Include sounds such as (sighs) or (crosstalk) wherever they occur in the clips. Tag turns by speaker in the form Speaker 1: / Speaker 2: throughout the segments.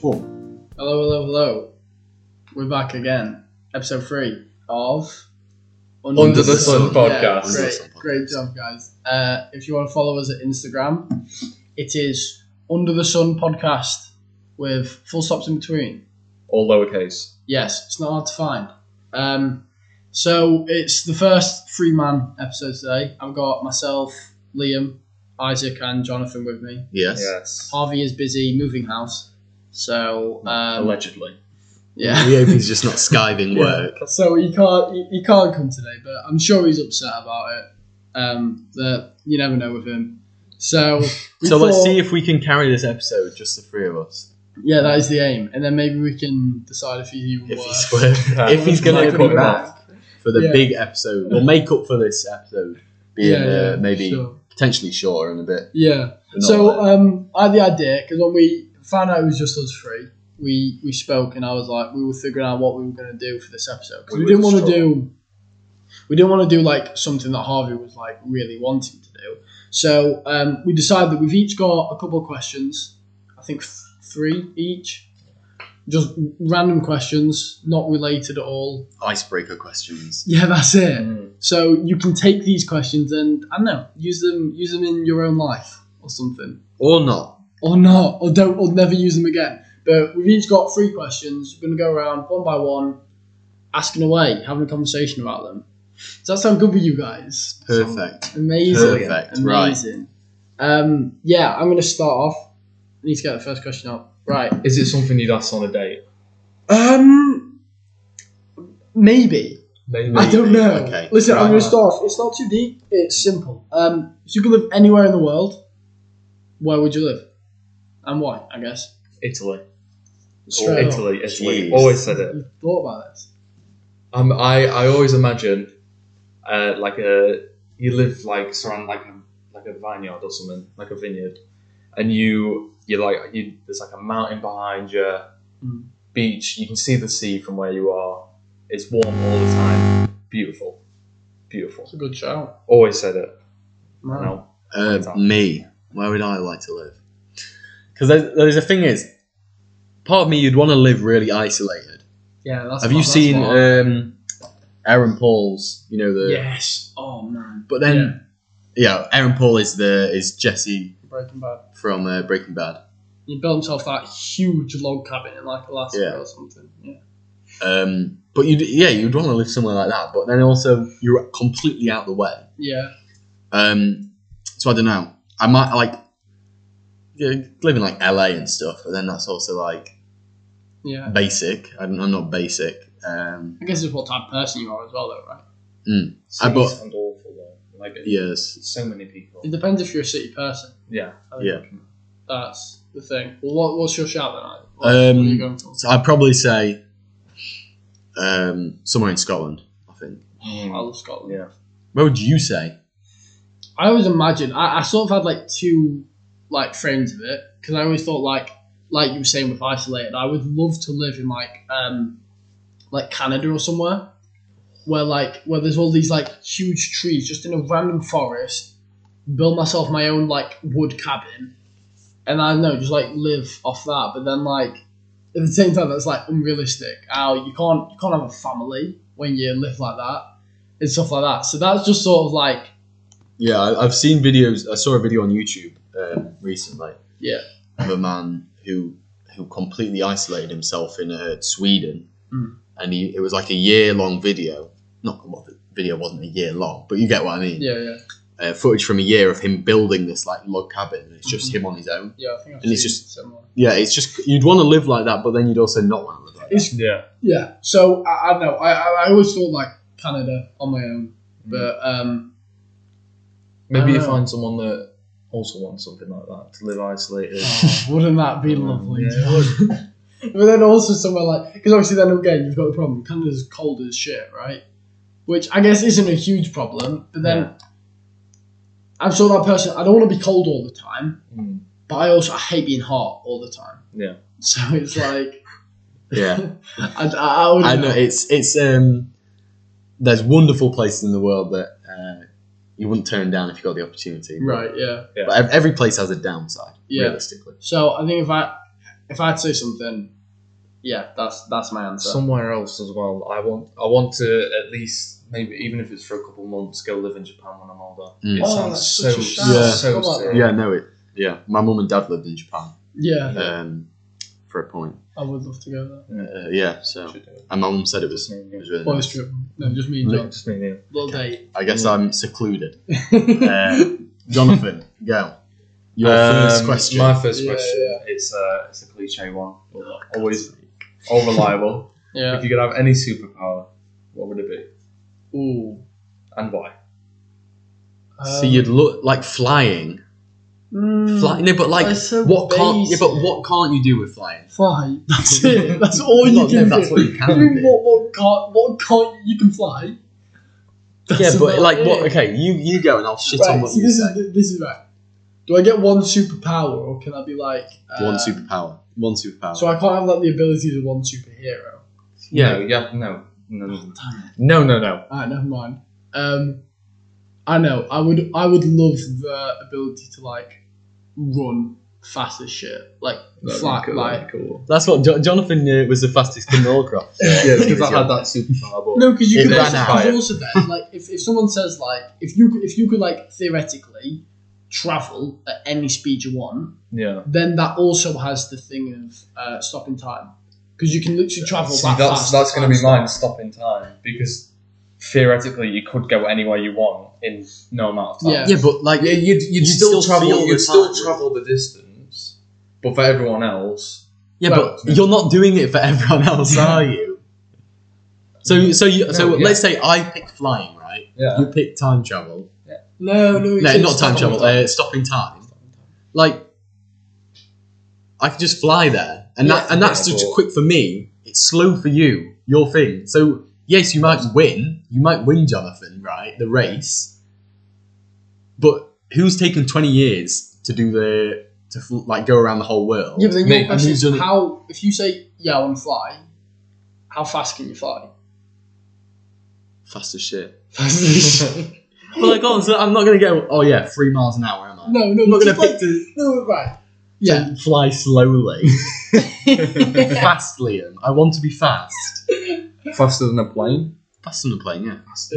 Speaker 1: Boom.
Speaker 2: Hello, hello, hello. We're back again. Episode three of
Speaker 3: Under the Sun podcast.
Speaker 2: Yeah,
Speaker 3: Under
Speaker 1: the
Speaker 2: great,
Speaker 1: Sun podcast.
Speaker 2: great job, guys. Uh, if you want to follow us at Instagram, it is Under the Sun Podcast with full stops in between.
Speaker 3: or lowercase.
Speaker 2: Yes, it's not hard to find. Um, so it's the first three man episode today. I've got myself, Liam, Isaac, and Jonathan with me.
Speaker 1: Yes.
Speaker 3: Yes.
Speaker 2: Harvey is busy moving house, so um,
Speaker 3: Allegedly.
Speaker 2: yeah.
Speaker 1: We hope he's just not skiving
Speaker 2: Yeah.
Speaker 1: work.
Speaker 2: So he can't he, he can't come today, but I'm sure he's upset about it. Um, that you never know with him. So we
Speaker 4: So let's
Speaker 2: thought-
Speaker 4: see if we can carry this episode, just the three of us.
Speaker 2: Yeah, that is the aim, and then maybe we can decide if he's even
Speaker 1: If
Speaker 2: worse.
Speaker 1: he's,
Speaker 2: (laughs)
Speaker 1: if he's going to
Speaker 2: Michael
Speaker 1: come
Speaker 2: Moore.
Speaker 1: back for the
Speaker 2: Yeah.
Speaker 1: big episode, we'll make up for this episode being
Speaker 2: Yeah, yeah,
Speaker 1: uh, maybe
Speaker 2: sure.
Speaker 1: potentially shorter and a bit.
Speaker 2: Yeah.
Speaker 1: but not
Speaker 2: So
Speaker 1: like-
Speaker 2: um, I had the idea because when we found out it was just us three, we we spoke and I was like, we were figuring out what we were going to do for this episode 'Cause we,
Speaker 3: We were
Speaker 2: didn't want to
Speaker 3: struggling.
Speaker 2: do, we didn't want to do like something that Harvey was like really wanting to do. So um, we decided that we've each got a couple of questions. I think th- three each. Just random questions, not related at all. (laughs)
Speaker 1: icebreaker questions.
Speaker 2: Yeah, that's it.
Speaker 3: Mm. Hmm.
Speaker 2: So you can take these questions and I don't know, use them, use them in your own life or something
Speaker 1: Or not.
Speaker 2: or not, or don't, or never use them again. But we've each got three questions. We're going to go around one by one, asking away, having a conversation about them. Does that sound good with you guys?
Speaker 1: Perfect.
Speaker 2: Amazing.
Speaker 1: Perfect, right.
Speaker 2: Amazing. Um, yeah, I'm going to start off. I need to get the first question up. Right.
Speaker 3: Is it something you'd ask on a date?
Speaker 2: Um, maybe.
Speaker 3: Maybe.
Speaker 2: I don't know.
Speaker 1: Okay.
Speaker 2: Listen, I'm
Speaker 3: Right.
Speaker 2: going to start off. It's not too deep. It's simple. Um, if you could live anywhere in the world, where would you live, and why? I guess.
Speaker 3: (laughs) Italy. Or
Speaker 2: Straight up.
Speaker 3: Italy. Italy.
Speaker 1: Jeez.
Speaker 3: Always said it.
Speaker 2: You've thought about this.
Speaker 3: Um, I, I always imagine, uh, like a you live like surrounded like a like a vineyard or something, like a vineyard, and you you like you there's like a mountain behind you, Hmm.
Speaker 2: Mm.
Speaker 3: beach. You can see the sea from where you are. It's warm all the time. Beautiful, beautiful.
Speaker 2: It's a good shout.
Speaker 3: Always said it.
Speaker 2: Man.
Speaker 3: No.
Speaker 1: Uh,
Speaker 3: Tom.
Speaker 1: me. Where would I like to live?
Speaker 4: Because there's, there's the thing is,
Speaker 1: Part of me, you'd want to live really isolated.
Speaker 2: Yeah, that's.
Speaker 1: Have you
Speaker 2: that's
Speaker 1: seen
Speaker 2: what I-
Speaker 1: um, Aaron Paul's? You know the.
Speaker 2: yes. Oh man.
Speaker 1: But then, yeah. Aaron Paul is the is Jesse
Speaker 2: Breaking Bad.
Speaker 1: from uh, Breaking Bad.
Speaker 2: He built himself that huge log cabin in like Alaska
Speaker 1: Yeah.
Speaker 2: or something. Yeah.
Speaker 1: Um, but you, yeah, you'd want to live somewhere like that. But then also, you're completely out the way.
Speaker 2: Yeah.
Speaker 1: Um, so I don't know. I might like yeah, live in like LA and stuff, but then that's also like
Speaker 2: Yeah.
Speaker 1: basic. I don't, I'm not basic. Um,
Speaker 2: I guess it's what type of person you are as well, though, right?
Speaker 1: I
Speaker 3: Cities
Speaker 1: bought-
Speaker 3: sound awful though. Like
Speaker 1: yes,
Speaker 3: so many people.
Speaker 2: It depends if you're a city person.
Speaker 3: Yeah.
Speaker 2: I think
Speaker 1: Yeah.
Speaker 2: That's the thing. Well, what, what's your shout then? Isaac? What, what are
Speaker 1: Um,
Speaker 2: you going for?
Speaker 1: so I'd probably say um, somewhere in Scotland. I think.
Speaker 2: I
Speaker 1: Hmm.
Speaker 2: love Scotland.
Speaker 3: Yeah.
Speaker 1: What would you say?
Speaker 2: I always imagine I, I sort of had like two like frames of it because I always thought like like you were saying with isolated I would love to live in like um like Canada or somewhere where like where there's all these like huge trees just in a random forest build myself my own like wood cabin and I don't know just like live off that but then like at the same time that's like unrealistic how you can't you can't have a family when you live like that and stuff like that so that's just sort of like
Speaker 1: Yeah, I, I've seen videos. I saw a video on YouTube um, recently
Speaker 2: yeah
Speaker 1: of a man who who completely isolated himself in uh, Sweden,
Speaker 2: Mm.
Speaker 1: and he, it was like a year long video. Not well, the video wasn't a year long, but you get what I mean.
Speaker 2: Yeah, yeah,
Speaker 1: Uh, footage from a year of him building this like log cabin. And it's
Speaker 2: Hmm.
Speaker 1: just him on his own.
Speaker 2: yeah. I think I've
Speaker 1: And it's
Speaker 2: seen
Speaker 1: just-
Speaker 2: similar.
Speaker 1: Yeah, it's just you'd want to live like that, but then you'd also not want to live like that.
Speaker 2: It's
Speaker 3: Yeah.
Speaker 2: yeah. So I, I don't know. I, I I always thought like Canada on my own, but um,
Speaker 3: Maybe you
Speaker 2: Oh.
Speaker 3: find someone that also wants something like that to live isolated.
Speaker 2: oh, wouldn't that be lovely?
Speaker 3: Yeah.
Speaker 2: (laughs) John? but then also somewhere like because obviously then again you've got the problem. Canada's cold as shit, right? Which I guess isn't a huge problem, but then. I'm sort of that person. I don't want to be cold all the time,
Speaker 3: Mm.
Speaker 2: but I also I hate being hot all the time.
Speaker 3: Yeah.
Speaker 2: So it's like
Speaker 1: Yeah,
Speaker 2: I, I, I, would
Speaker 1: I know it's it's um. There's wonderful places in the world that uh, you wouldn't turn down if you got the opportunity.
Speaker 2: Right, yeah.
Speaker 1: But ev- every place has a downside.
Speaker 2: Yeah.
Speaker 1: Realistically.
Speaker 2: So I think if I if I'd say something, yeah, that's that's my answer.
Speaker 3: somewhere else as well. I want I want to at least maybe even if it's for a couple months go live in Japan when I'm older.
Speaker 1: Mm.
Speaker 3: It
Speaker 2: Oh,
Speaker 3: sounds
Speaker 2: that's
Speaker 3: so
Speaker 2: such a shout.
Speaker 1: Yeah.
Speaker 3: so
Speaker 2: Come on.
Speaker 3: sick.
Speaker 1: Yeah. No. It. Yeah. My mum and dad lived in Japan.
Speaker 2: yeah,
Speaker 1: Um, for a point.
Speaker 2: I would love to go there.
Speaker 1: Uh, yeah. So.
Speaker 3: Should do it.
Speaker 1: And my mum said it was. It was really
Speaker 2: Boys
Speaker 1: nice.
Speaker 2: trip. No, just me and John.
Speaker 3: Just me and you.
Speaker 2: Little date.
Speaker 1: I guess I'm secluded.
Speaker 2: (laughs)
Speaker 1: (laughs) Uh, Jonathan, go. Your
Speaker 3: Um,
Speaker 1: first question.
Speaker 3: My first
Speaker 2: Yeah,
Speaker 3: question. It's a it's a cliche one.
Speaker 1: Oh,
Speaker 3: Always all
Speaker 1: (laughs)
Speaker 3: reliable.
Speaker 2: Yeah.
Speaker 3: If you could have any superpower, what would it be
Speaker 2: Ooh.
Speaker 3: and why?
Speaker 2: um,
Speaker 1: so you'd look like flying.
Speaker 2: Mm,
Speaker 1: Fly, no, but like
Speaker 2: that's so
Speaker 1: what can't? Yeah, but
Speaker 2: basic.
Speaker 1: what can't you do with flying?
Speaker 2: Fly. That's (laughs) it. That's all you
Speaker 1: Well, no,
Speaker 2: can
Speaker 1: that's
Speaker 2: do.
Speaker 1: what
Speaker 2: (laughs)
Speaker 1: you can
Speaker 2: Doing
Speaker 1: do.
Speaker 2: What, what can't? What can't? You can fly. (laughs) That's
Speaker 1: yeah, but
Speaker 2: about
Speaker 1: like
Speaker 2: it.
Speaker 1: what? Okay, you you go and I'll shit on
Speaker 2: Right,
Speaker 1: what
Speaker 2: so
Speaker 1: you
Speaker 2: this
Speaker 1: say.
Speaker 2: is this is right. Do I get one superpower, or can I be like uh,
Speaker 1: one superpower. One superpower.
Speaker 2: So I can't have like the abilities of one superhero.
Speaker 1: yeah. Oh,
Speaker 3: No, yeah, no, no, no, no, no, no.
Speaker 2: Ah, never mind. Um, I know. I would. I would love the ability to like run fast as shit, like
Speaker 3: That'd be
Speaker 2: flat,
Speaker 3: cool, that'd
Speaker 2: like.
Speaker 3: be cool.
Speaker 4: That's what Jo- Jonathan uh, was the fastest in
Speaker 1: (laughs)
Speaker 4: Norcroft.
Speaker 3: Yeah, because
Speaker 1: was
Speaker 3: I had
Speaker 1: young.
Speaker 3: that superpower. But
Speaker 2: No, because you
Speaker 1: It
Speaker 2: could
Speaker 1: ran
Speaker 2: also,
Speaker 1: out.
Speaker 2: there's also then like if, if someone says like if you could- if you could like theoretically travel at any speed you want,
Speaker 3: Yeah.
Speaker 2: then that also has the thing of uh, stopping time because you can literally travel.
Speaker 3: See,
Speaker 2: that
Speaker 3: that's
Speaker 2: fast
Speaker 3: that's
Speaker 2: at
Speaker 3: going to be
Speaker 2: time
Speaker 3: mine. Stopping time because theoretically you could go anywhere you want in no amount of time.
Speaker 2: Yeah.
Speaker 1: yeah, but like
Speaker 3: Yeah, you'd, you'd,
Speaker 1: You'd
Speaker 3: still,
Speaker 1: still feel
Speaker 3: travel.
Speaker 1: the
Speaker 3: You'd still
Speaker 1: time.
Speaker 3: travel the distance, but for everyone else,
Speaker 1: Yeah,
Speaker 2: Well,
Speaker 1: but you're not doing it for everyone else, are you? So, so, you, so
Speaker 3: No, yeah.
Speaker 1: let's say I pick flying, right?
Speaker 3: yeah,
Speaker 1: You pick time travel.
Speaker 2: No, no,
Speaker 1: No,
Speaker 2: it's
Speaker 1: not time
Speaker 2: stopping
Speaker 1: travel. Uh, stopping time. Like, I could just fly there, and that
Speaker 3: Yeah,
Speaker 1: and that's
Speaker 3: yeah,
Speaker 1: just
Speaker 3: but-
Speaker 1: quick for me. It's slow for you. Your thing. So yes, you might win. You might win, Jonathan. Right, the race. But who's taken twenty years to do the to fl- like go around the whole world?
Speaker 2: Yeah, but then
Speaker 1: Mate,
Speaker 2: your question
Speaker 1: and
Speaker 2: is
Speaker 1: who's done it-
Speaker 2: how if you say yeah I want to fly, how fast can you fly?
Speaker 1: (laughs) fast as shit. well, like, oh, so I'm not gonna go. Oh yeah, three miles an hour, am I?
Speaker 2: No, no,
Speaker 1: I'm not gonna
Speaker 2: just
Speaker 1: pick
Speaker 2: like-
Speaker 1: to
Speaker 2: no, right. Yeah,
Speaker 1: to fly
Speaker 2: (laughs)
Speaker 1: slowly, (laughs) fast, Liam. I want to be fast,
Speaker 3: faster than a plane.
Speaker 1: fast on the plane. Yeah, fast.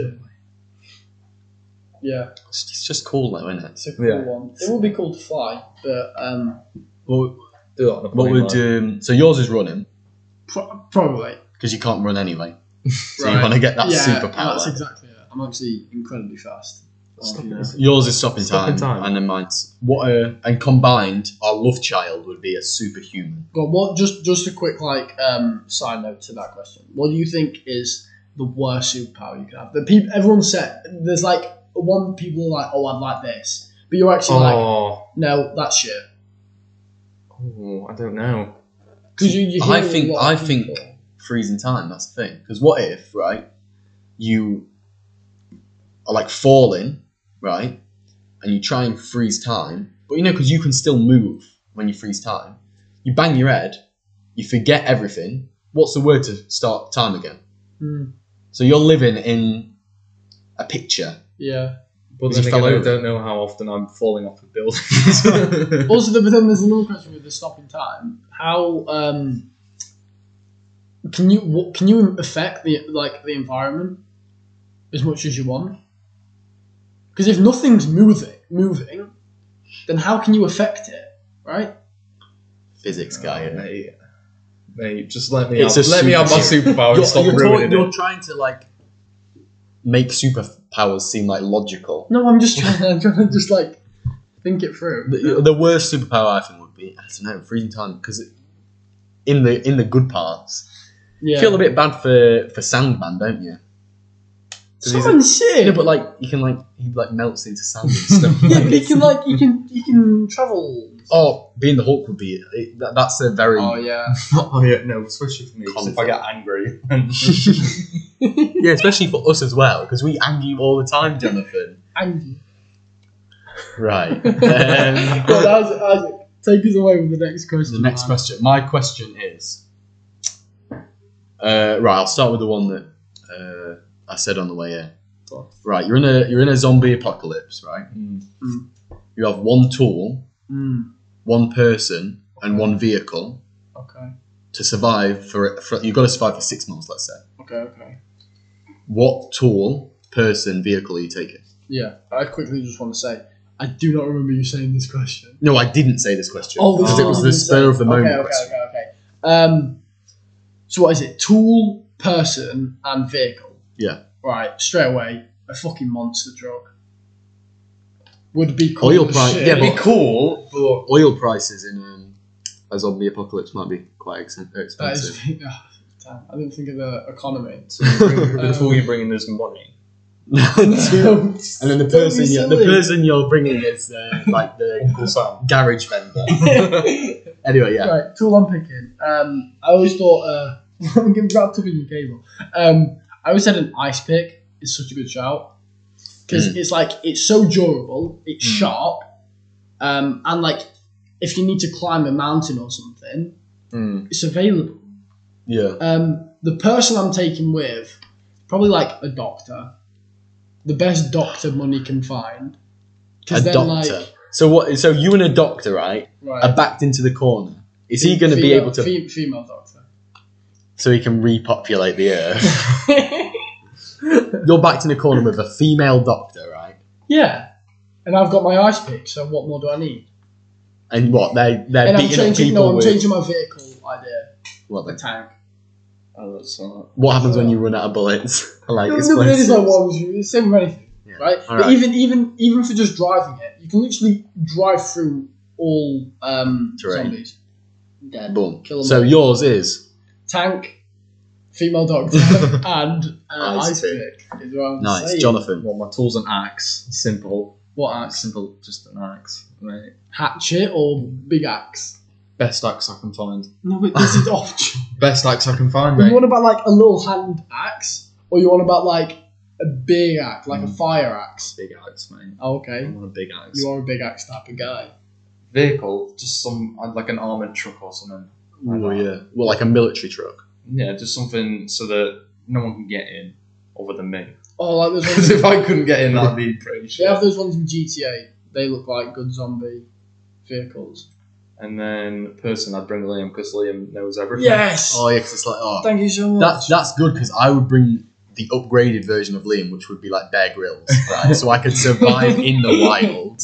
Speaker 2: yeah,
Speaker 1: It's, it's just cool though, isn't it?
Speaker 2: it's a cool
Speaker 3: Yeah.
Speaker 2: one. It would be cool to fly, but um,
Speaker 1: Well,
Speaker 3: Do that on a
Speaker 1: what
Speaker 3: plane.
Speaker 1: would um, so yours is running
Speaker 2: pro- probably.
Speaker 1: because you can't run anyway, so you
Speaker 2: Right.
Speaker 1: want to get that
Speaker 2: yeah,
Speaker 1: superpower.
Speaker 2: That's exactly it. I'm actually incredibly fast.
Speaker 3: Stop
Speaker 2: Yeah.
Speaker 3: it.
Speaker 1: Yours is stopping
Speaker 3: Stopping
Speaker 1: time,
Speaker 3: time.
Speaker 1: and then mine's what uh, and combined, our love child would be a superhuman.
Speaker 2: But what? Just just a quick like um, side note to that question. What do you think is the worst superpower you could have? The people everyone said there's like one people are like oh I'd like this, but you're actually like
Speaker 3: Oh,
Speaker 2: no that's shit.
Speaker 3: oh, I don't know.
Speaker 2: Because you, you
Speaker 1: I
Speaker 2: hear a
Speaker 1: think-
Speaker 2: lot
Speaker 1: I
Speaker 2: of
Speaker 1: think-
Speaker 2: people.
Speaker 1: freezing time. That's the thing. Because what if, right, you are like falling, right, and you try and freeze time, but you know, because you can still move when you freeze time, you bang your head, you forget everything. What's the word to start time again?
Speaker 2: Hmm,
Speaker 1: So you're living in a picture.
Speaker 2: yeah.
Speaker 3: But then
Speaker 1: Because you fell
Speaker 3: again, I
Speaker 1: over.
Speaker 3: don't know how often I'm falling off a (laughs) building.
Speaker 2: Also, the- but then there's another question with the stopping time. How um, can you what, can you affect the like the environment as much as you want? Because if nothing's moving, moving, then how can you affect it? Right?
Speaker 1: Physics guy. isn't it?
Speaker 3: mate, mate, just let me.
Speaker 1: It's
Speaker 3: have,
Speaker 1: a
Speaker 3: let me have my superpower and
Speaker 1: You're,
Speaker 3: Oh, stop
Speaker 1: you're try-
Speaker 3: ruining
Speaker 1: you're
Speaker 3: it.
Speaker 1: trying to like make superpowers seem like logical.
Speaker 2: No, I'm just trying. I'm trying to just like think it through.
Speaker 1: The, the worst superpower I think would be I don't know freezing time because in the in the good parts
Speaker 2: yeah.
Speaker 1: you feel a bit bad for for Sandman, don't you? 'Cause he's a-
Speaker 2: Someone's sick.
Speaker 1: yeah, but like you can like he like melts into sand and stuff.
Speaker 2: (laughs) yeah, but you can like you can you can travel.
Speaker 1: oh, being the Hulk would be it, that, that's a very
Speaker 2: Oh yeah.
Speaker 3: Oh yeah, no, especially for me. 'cause If I get (laughs) angry,
Speaker 1: yeah, especially for us as well because we anger you all the time, Jonathan.
Speaker 2: (laughs) (laughs) And (laughs)
Speaker 1: right. Um,
Speaker 2: Well, that was- that was- take us away with the next question.
Speaker 1: the next
Speaker 2: man.
Speaker 1: question. My question is: Uh, right, I'll start with the one that uh, I said on the way in.
Speaker 2: Go on.
Speaker 1: Right, you're in a you're in a zombie apocalypse, right? You have one tool,
Speaker 2: Mm,
Speaker 1: one person, and one vehicle
Speaker 2: okay.
Speaker 1: to survive for, for you've got to survive for six months, let's say.
Speaker 2: Okay. Okay.
Speaker 1: What tool, person, vehicle are you taking?
Speaker 2: Yeah. I quickly just want to say, I do not remember you saying this question.
Speaker 1: No, I didn't say this question
Speaker 2: Oh, this
Speaker 1: because it
Speaker 2: is
Speaker 1: was
Speaker 2: what you
Speaker 1: the spur of the moment.
Speaker 2: Okay. Okay.
Speaker 1: question.
Speaker 2: Okay. Okay. Um. So what is it? Tool, person, and vehicle.
Speaker 1: Yeah.
Speaker 2: Right. Straight away, a fucking monster drug would be cool.
Speaker 1: Oil
Speaker 2: as
Speaker 1: price,
Speaker 2: shit.
Speaker 1: yeah,
Speaker 3: It'd
Speaker 1: but
Speaker 3: be cool,
Speaker 1: (laughs)
Speaker 3: but
Speaker 1: oil prices in um, a zombie apocalypse might be quite ex- expensive.
Speaker 2: That is. (laughs) Damn, I didn't think of the
Speaker 1: (laughs)
Speaker 2: economy.
Speaker 3: before you bring in this money,
Speaker 1: and then the person,
Speaker 2: be
Speaker 1: you're, the
Speaker 2: silly.
Speaker 1: person you're bringing is uh, like the
Speaker 3: Uncle Sam.
Speaker 1: garage
Speaker 2: (laughs)
Speaker 1: vendor. anyway, yeah.
Speaker 2: Right, tool I'm picking. Um, I always thought uh, (laughs) I'm getting wrapped up in your cable. Um, I always said an ice pick is such a good shout because
Speaker 1: Mm.
Speaker 2: it's like it's so durable, it's sharp, um, and like if you need to climb a mountain or something,
Speaker 1: Mm.
Speaker 2: it's available.
Speaker 1: Yeah.
Speaker 2: Um, the person I'm taking with probably like a doctor, the best doctor money can find.
Speaker 1: A
Speaker 2: 'Cause then,
Speaker 1: doctor.
Speaker 2: like-
Speaker 1: so what? So you and a doctor, right,
Speaker 2: right,
Speaker 1: are backed into the corner. Is he going to be
Speaker 2: female-
Speaker 1: able to,
Speaker 2: fe- female doctor?
Speaker 1: (laughs) so he can repopulate the earth? (laughs) You're backed in a corner with a female doctor, right?
Speaker 2: Yeah. And I've got my ice pick, so what more do I need?
Speaker 1: And what they they're
Speaker 2: and I'm
Speaker 1: beating up
Speaker 2: changing
Speaker 1: people
Speaker 2: no, I'm
Speaker 1: with
Speaker 2: changing my vehicle idea.
Speaker 1: what?
Speaker 2: The
Speaker 1: the-
Speaker 2: tank.
Speaker 3: Oh, that's not.
Speaker 1: What happens when you run out of bullets? (laughs) I like
Speaker 2: No,
Speaker 1: this
Speaker 2: no, but it is
Speaker 1: question.
Speaker 2: like what was it's the same with anything.
Speaker 1: Yeah.
Speaker 2: Right?
Speaker 1: All
Speaker 2: But
Speaker 1: right.
Speaker 2: even even even for just driving it, you can literally drive through all um
Speaker 1: Terrain.
Speaker 2: zombies. Dead.
Speaker 1: Boom.
Speaker 2: Kill 'em
Speaker 1: So
Speaker 2: all.
Speaker 1: yours is
Speaker 2: Tank, female
Speaker 1: (laughs)
Speaker 2: doctor, and uh,
Speaker 1: Ice
Speaker 2: ice pick. Is what I'm
Speaker 1: nice,
Speaker 2: saying.
Speaker 1: Jonathan.
Speaker 3: Well, my tool's an axe. Simple.
Speaker 2: What axe?
Speaker 3: Simple, just an axe. Right.
Speaker 2: Hatchet or big axe?
Speaker 3: Best axe I can find.
Speaker 2: No, but this
Speaker 1: (laughs)
Speaker 2: is off
Speaker 3: Best axe I can find,
Speaker 2: You
Speaker 3: mate.
Speaker 2: want about like a little hand axe, or you want about like a big axe, like a fire axe?
Speaker 3: Big axe, mate.
Speaker 2: Oh,
Speaker 3: I
Speaker 2: okay,
Speaker 3: want a big axe.
Speaker 2: you are a big axe type of guy.
Speaker 3: Vehicle, just some uh, like an armored truck or something.
Speaker 1: Oh yeah. Well, like a military truck.
Speaker 3: Yeah, just something so that no one can get in other than me. (laughs)
Speaker 2: Oh, like those
Speaker 3: Because
Speaker 2: ones.
Speaker 3: if I couldn't get in, that'd be pretty
Speaker 2: they
Speaker 3: shit.
Speaker 2: have those ones in GTA. They look like good zombie vehicles.
Speaker 3: And then person, I'd bring Liam because Liam knows everything.
Speaker 2: Yes.
Speaker 1: Oh yeah, 'cause it's like oh,
Speaker 2: Thank you so much.
Speaker 1: That's that's good because I would bring the upgraded version of Liam, which would be like Bear
Speaker 2: (laughs)
Speaker 1: Grylls, right? so I could survive in the wild.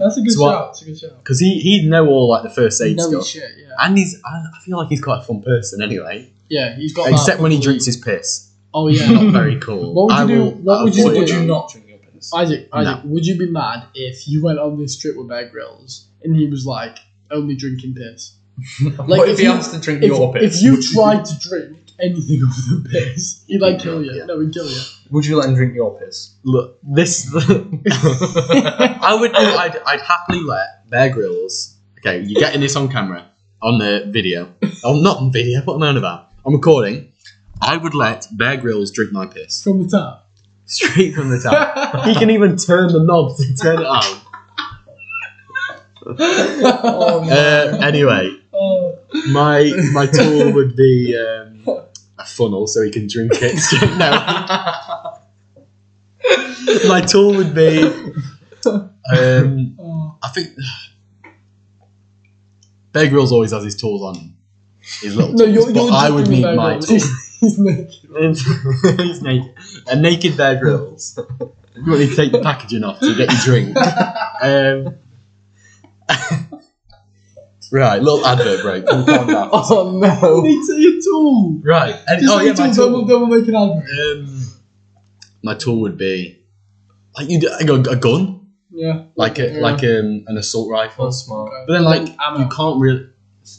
Speaker 2: That's a good
Speaker 1: So
Speaker 2: shout.
Speaker 1: what-
Speaker 2: That's a good shout.
Speaker 1: Because he he'd know all like the first aid
Speaker 2: No
Speaker 1: stuff,
Speaker 2: shit. Yeah.
Speaker 1: and he's I, I feel like he's quite a fun person anyway.
Speaker 2: Yeah. He's got.
Speaker 1: Except
Speaker 2: that.
Speaker 1: when he drinks his piss,
Speaker 2: Oh
Speaker 1: yeah, (laughs)
Speaker 2: yeah.
Speaker 1: not very cool.
Speaker 2: What would
Speaker 1: I
Speaker 2: you do-
Speaker 1: will
Speaker 2: what would you do?
Speaker 1: avoid that.
Speaker 2: Would you
Speaker 3: not drink your piss?
Speaker 2: Isaac, Isaac, would you be mad if you went on this trip with Bear Grylls and he was like only drinking piss? Like,
Speaker 3: what
Speaker 2: if
Speaker 3: if, he
Speaker 2: you-
Speaker 3: asked to drink
Speaker 2: if,
Speaker 3: your piss?
Speaker 2: if you tried to drink anything other than piss, he'd like kill you.
Speaker 1: Yeah.
Speaker 2: No, he'd kill you.
Speaker 3: would you let him drink your piss?
Speaker 2: (laughs)
Speaker 1: Look, this (laughs) I would do. I'd I'd happily let Bear Grylls. Okay, you're getting this on camera, on the video. Oh, not on video. What am I on about? I'm recording. I would let Bear Grylls drink my piss.
Speaker 2: From the
Speaker 1: (laughs)
Speaker 2: top.
Speaker 1: straight from the top. he can even turn the knob to turn it on.
Speaker 2: oh,
Speaker 1: Uh, anyway, my my tool would be um, a funnel so he can drink it. straight- no, (laughs) my tool would be. Um,
Speaker 2: oh.
Speaker 1: I think Bear Grylls always has his tools on him. His
Speaker 2: (laughs) (laughs)
Speaker 1: little
Speaker 2: No,
Speaker 1: tools,
Speaker 2: you're,
Speaker 1: but
Speaker 2: you're
Speaker 1: I would
Speaker 2: joking
Speaker 1: need
Speaker 2: with Bear
Speaker 1: my
Speaker 2: Grylls.
Speaker 1: tool.
Speaker 2: (laughs) He's
Speaker 1: (laughs)
Speaker 2: naked.
Speaker 1: He's naked. A naked Bear Grylls. (laughs) You want me to take the packaging off to get your drink. Um, (laughs) right, little advert break. We'll calm down.
Speaker 2: Oh (laughs) no. It's your tool.
Speaker 1: Right. and-
Speaker 2: Just
Speaker 1: oh yeah,
Speaker 2: your
Speaker 1: my
Speaker 2: tool. Double,
Speaker 1: tool.
Speaker 2: double make an advert.
Speaker 1: Um, my tool would be like you a, a gun,
Speaker 2: Yeah.
Speaker 1: like a,
Speaker 2: Yeah.
Speaker 1: like um, an assault rifle.
Speaker 3: That's smart.
Speaker 1: But then like
Speaker 2: ammo.
Speaker 1: you can't really.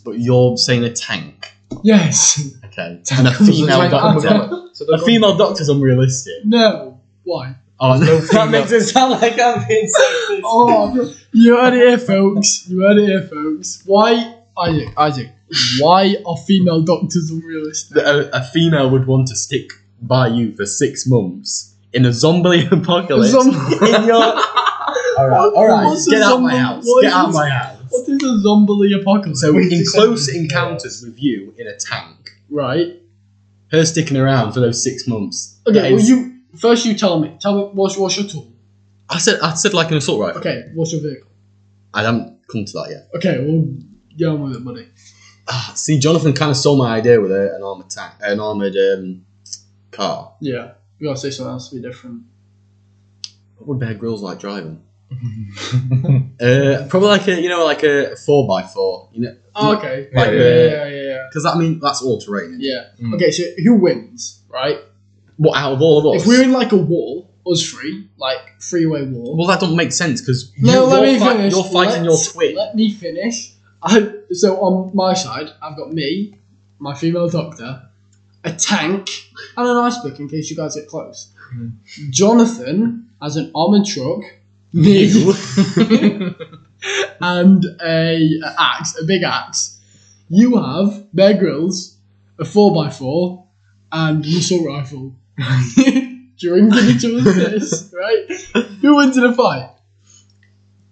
Speaker 1: But you're saying a tank,
Speaker 2: Yes.
Speaker 1: okay? (laughs) And a female
Speaker 2: Tank.
Speaker 1: doctor.
Speaker 3: So
Speaker 1: A female doctor's unrealistic.
Speaker 2: (laughs) No. Why?
Speaker 1: Oh, (laughs) no,
Speaker 4: That makes it sound like I'm being sexist.
Speaker 2: Oh, you heard it here, folks. You heard it here, folks. Why, Isaac? Isaac, why are female doctors unrealistic?
Speaker 1: that a, a female would want to stick by you for six months in a zombie (laughs) apocalypse.
Speaker 2: Zombie-
Speaker 1: in (laughs) your all right, all right,
Speaker 2: What's a
Speaker 1: get out
Speaker 2: zombie-
Speaker 1: my house.
Speaker 2: what
Speaker 1: Get
Speaker 2: is
Speaker 1: out
Speaker 2: this-
Speaker 1: my house.
Speaker 2: What is a zombie apocalypse?
Speaker 1: So in close encounters with you in a tank,
Speaker 2: right?
Speaker 1: her sticking around for those six months. that
Speaker 2: Okay, well
Speaker 1: is-
Speaker 2: you first you tell me. Tell me what's, what's your tool?
Speaker 1: I said I said like an assault rifle.
Speaker 2: Okay, what's your vehicle?
Speaker 1: I haven't come to that yet.
Speaker 2: Okay, well get on with it, buddy.
Speaker 1: Ah, (sighs) see, Jonathan kind of stole my idea with a, an armored tank, an armored um, car.
Speaker 2: Yeah. You gotta say something else to be different.
Speaker 1: What would Bear Grylls
Speaker 2: (laughs)
Speaker 1: like driving? Uh, probably like a you know like a four x four. You know,
Speaker 2: Oh, okay.
Speaker 1: Like,
Speaker 2: yeah,
Speaker 1: uh,
Speaker 2: yeah, yeah, yeah.
Speaker 1: because I mean that's all terrain.
Speaker 2: Yeah.
Speaker 3: Mm.
Speaker 2: Okay, so who wins, right?
Speaker 1: What out Hmm. of all of us?
Speaker 2: If we're in like a war, us three, like freeway war.
Speaker 1: well, that don't make sense because
Speaker 2: No,
Speaker 1: you're,
Speaker 2: let me
Speaker 1: fight-
Speaker 2: finish.
Speaker 1: you're fighting your
Speaker 2: Let's- (laughs)
Speaker 1: twin.
Speaker 2: Let me finish. I so on my side, I've got me, my female doctor, a tank, and an ice pick in case you guys get close.
Speaker 3: Hmm.
Speaker 2: Jonathan has an armored truck,
Speaker 1: (laughs)
Speaker 2: me, and a, a axe, a big axe. You have Bear Grylls, a four x four, and an assault
Speaker 1: (laughs)
Speaker 2: rifle. Drinking each other's piss, right? Who wins in a fight?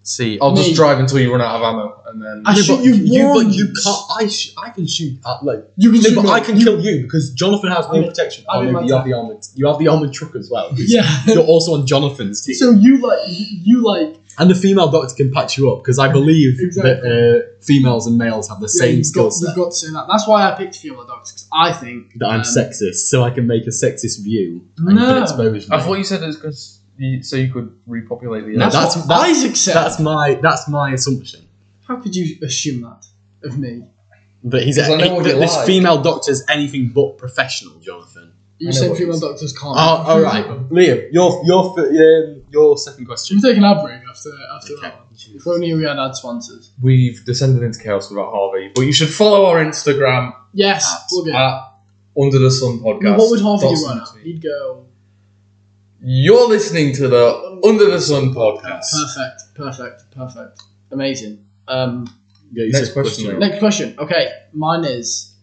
Speaker 1: See,
Speaker 3: I'll
Speaker 2: Me.
Speaker 3: just drive until you run out of ammo, and then
Speaker 2: I
Speaker 1: Yeah,
Speaker 2: shoot
Speaker 1: but
Speaker 2: you
Speaker 1: but
Speaker 2: once.
Speaker 1: you can't. I, sh- I can shoot. At, like,
Speaker 2: You can
Speaker 1: no,
Speaker 2: shoot
Speaker 1: but
Speaker 2: me.
Speaker 1: I can kill you because Jonathan has
Speaker 2: I'm
Speaker 1: no
Speaker 2: in-
Speaker 1: protection.
Speaker 2: I'm
Speaker 1: oh,
Speaker 2: in
Speaker 1: no,
Speaker 2: my
Speaker 1: but you have
Speaker 2: tank.
Speaker 1: the armored. You have the armored truck as
Speaker 2: (laughs)
Speaker 1: well.
Speaker 2: Yeah.
Speaker 1: You're also on Jonathan's team,
Speaker 2: so you like you like
Speaker 1: and the female doctor can patch you up because I believe
Speaker 2: Exactly.
Speaker 1: that uh, females and males have the
Speaker 2: yeah,
Speaker 1: same
Speaker 2: you've
Speaker 1: skill
Speaker 2: got,
Speaker 1: set.
Speaker 2: you've got to say that. That's why I picked female dogs because I think
Speaker 1: That I'm
Speaker 2: um,
Speaker 1: sexist, so I can make a sexist view and you
Speaker 2: No.
Speaker 1: can expose me.
Speaker 3: I thought you said it's because you, so you could repopulate the
Speaker 1: No,
Speaker 3: earth.
Speaker 1: that-
Speaker 2: That's,
Speaker 1: that's-
Speaker 2: what
Speaker 1: that's-
Speaker 2: Isaac said.
Speaker 1: that's my that's my assumption
Speaker 2: How could you assume that of me?
Speaker 1: that he's
Speaker 3: Because I know
Speaker 1: that
Speaker 3: what you're
Speaker 1: this
Speaker 3: like.
Speaker 1: female doctor's anything but professional, Jonathan.
Speaker 2: You
Speaker 3: I know
Speaker 2: said
Speaker 3: what
Speaker 2: female
Speaker 3: you said.
Speaker 2: doctors can't.
Speaker 1: Oh, all right, Liam, your your um, your second
Speaker 2: Should we
Speaker 1: question.
Speaker 2: take an ad break after after
Speaker 1: Okay.
Speaker 2: that one? If only we had ad sponsors.
Speaker 3: We've descended into chaos without Harvey, but you should follow our Instagram
Speaker 2: Yes, plug
Speaker 1: Uh,
Speaker 2: it.
Speaker 3: at Under the Sun
Speaker 2: I mean,
Speaker 3: Podcast.
Speaker 2: what would Harvey do
Speaker 3: Dawson
Speaker 2: right now?
Speaker 3: tweet.
Speaker 2: He'd go.
Speaker 3: You're listening to the Under the Sun Podcast.
Speaker 2: Perfect, perfect, perfect, amazing. Um,
Speaker 1: Yeah, you
Speaker 3: Next
Speaker 1: said
Speaker 3: question, Liam.
Speaker 2: Next question. Okay, mine is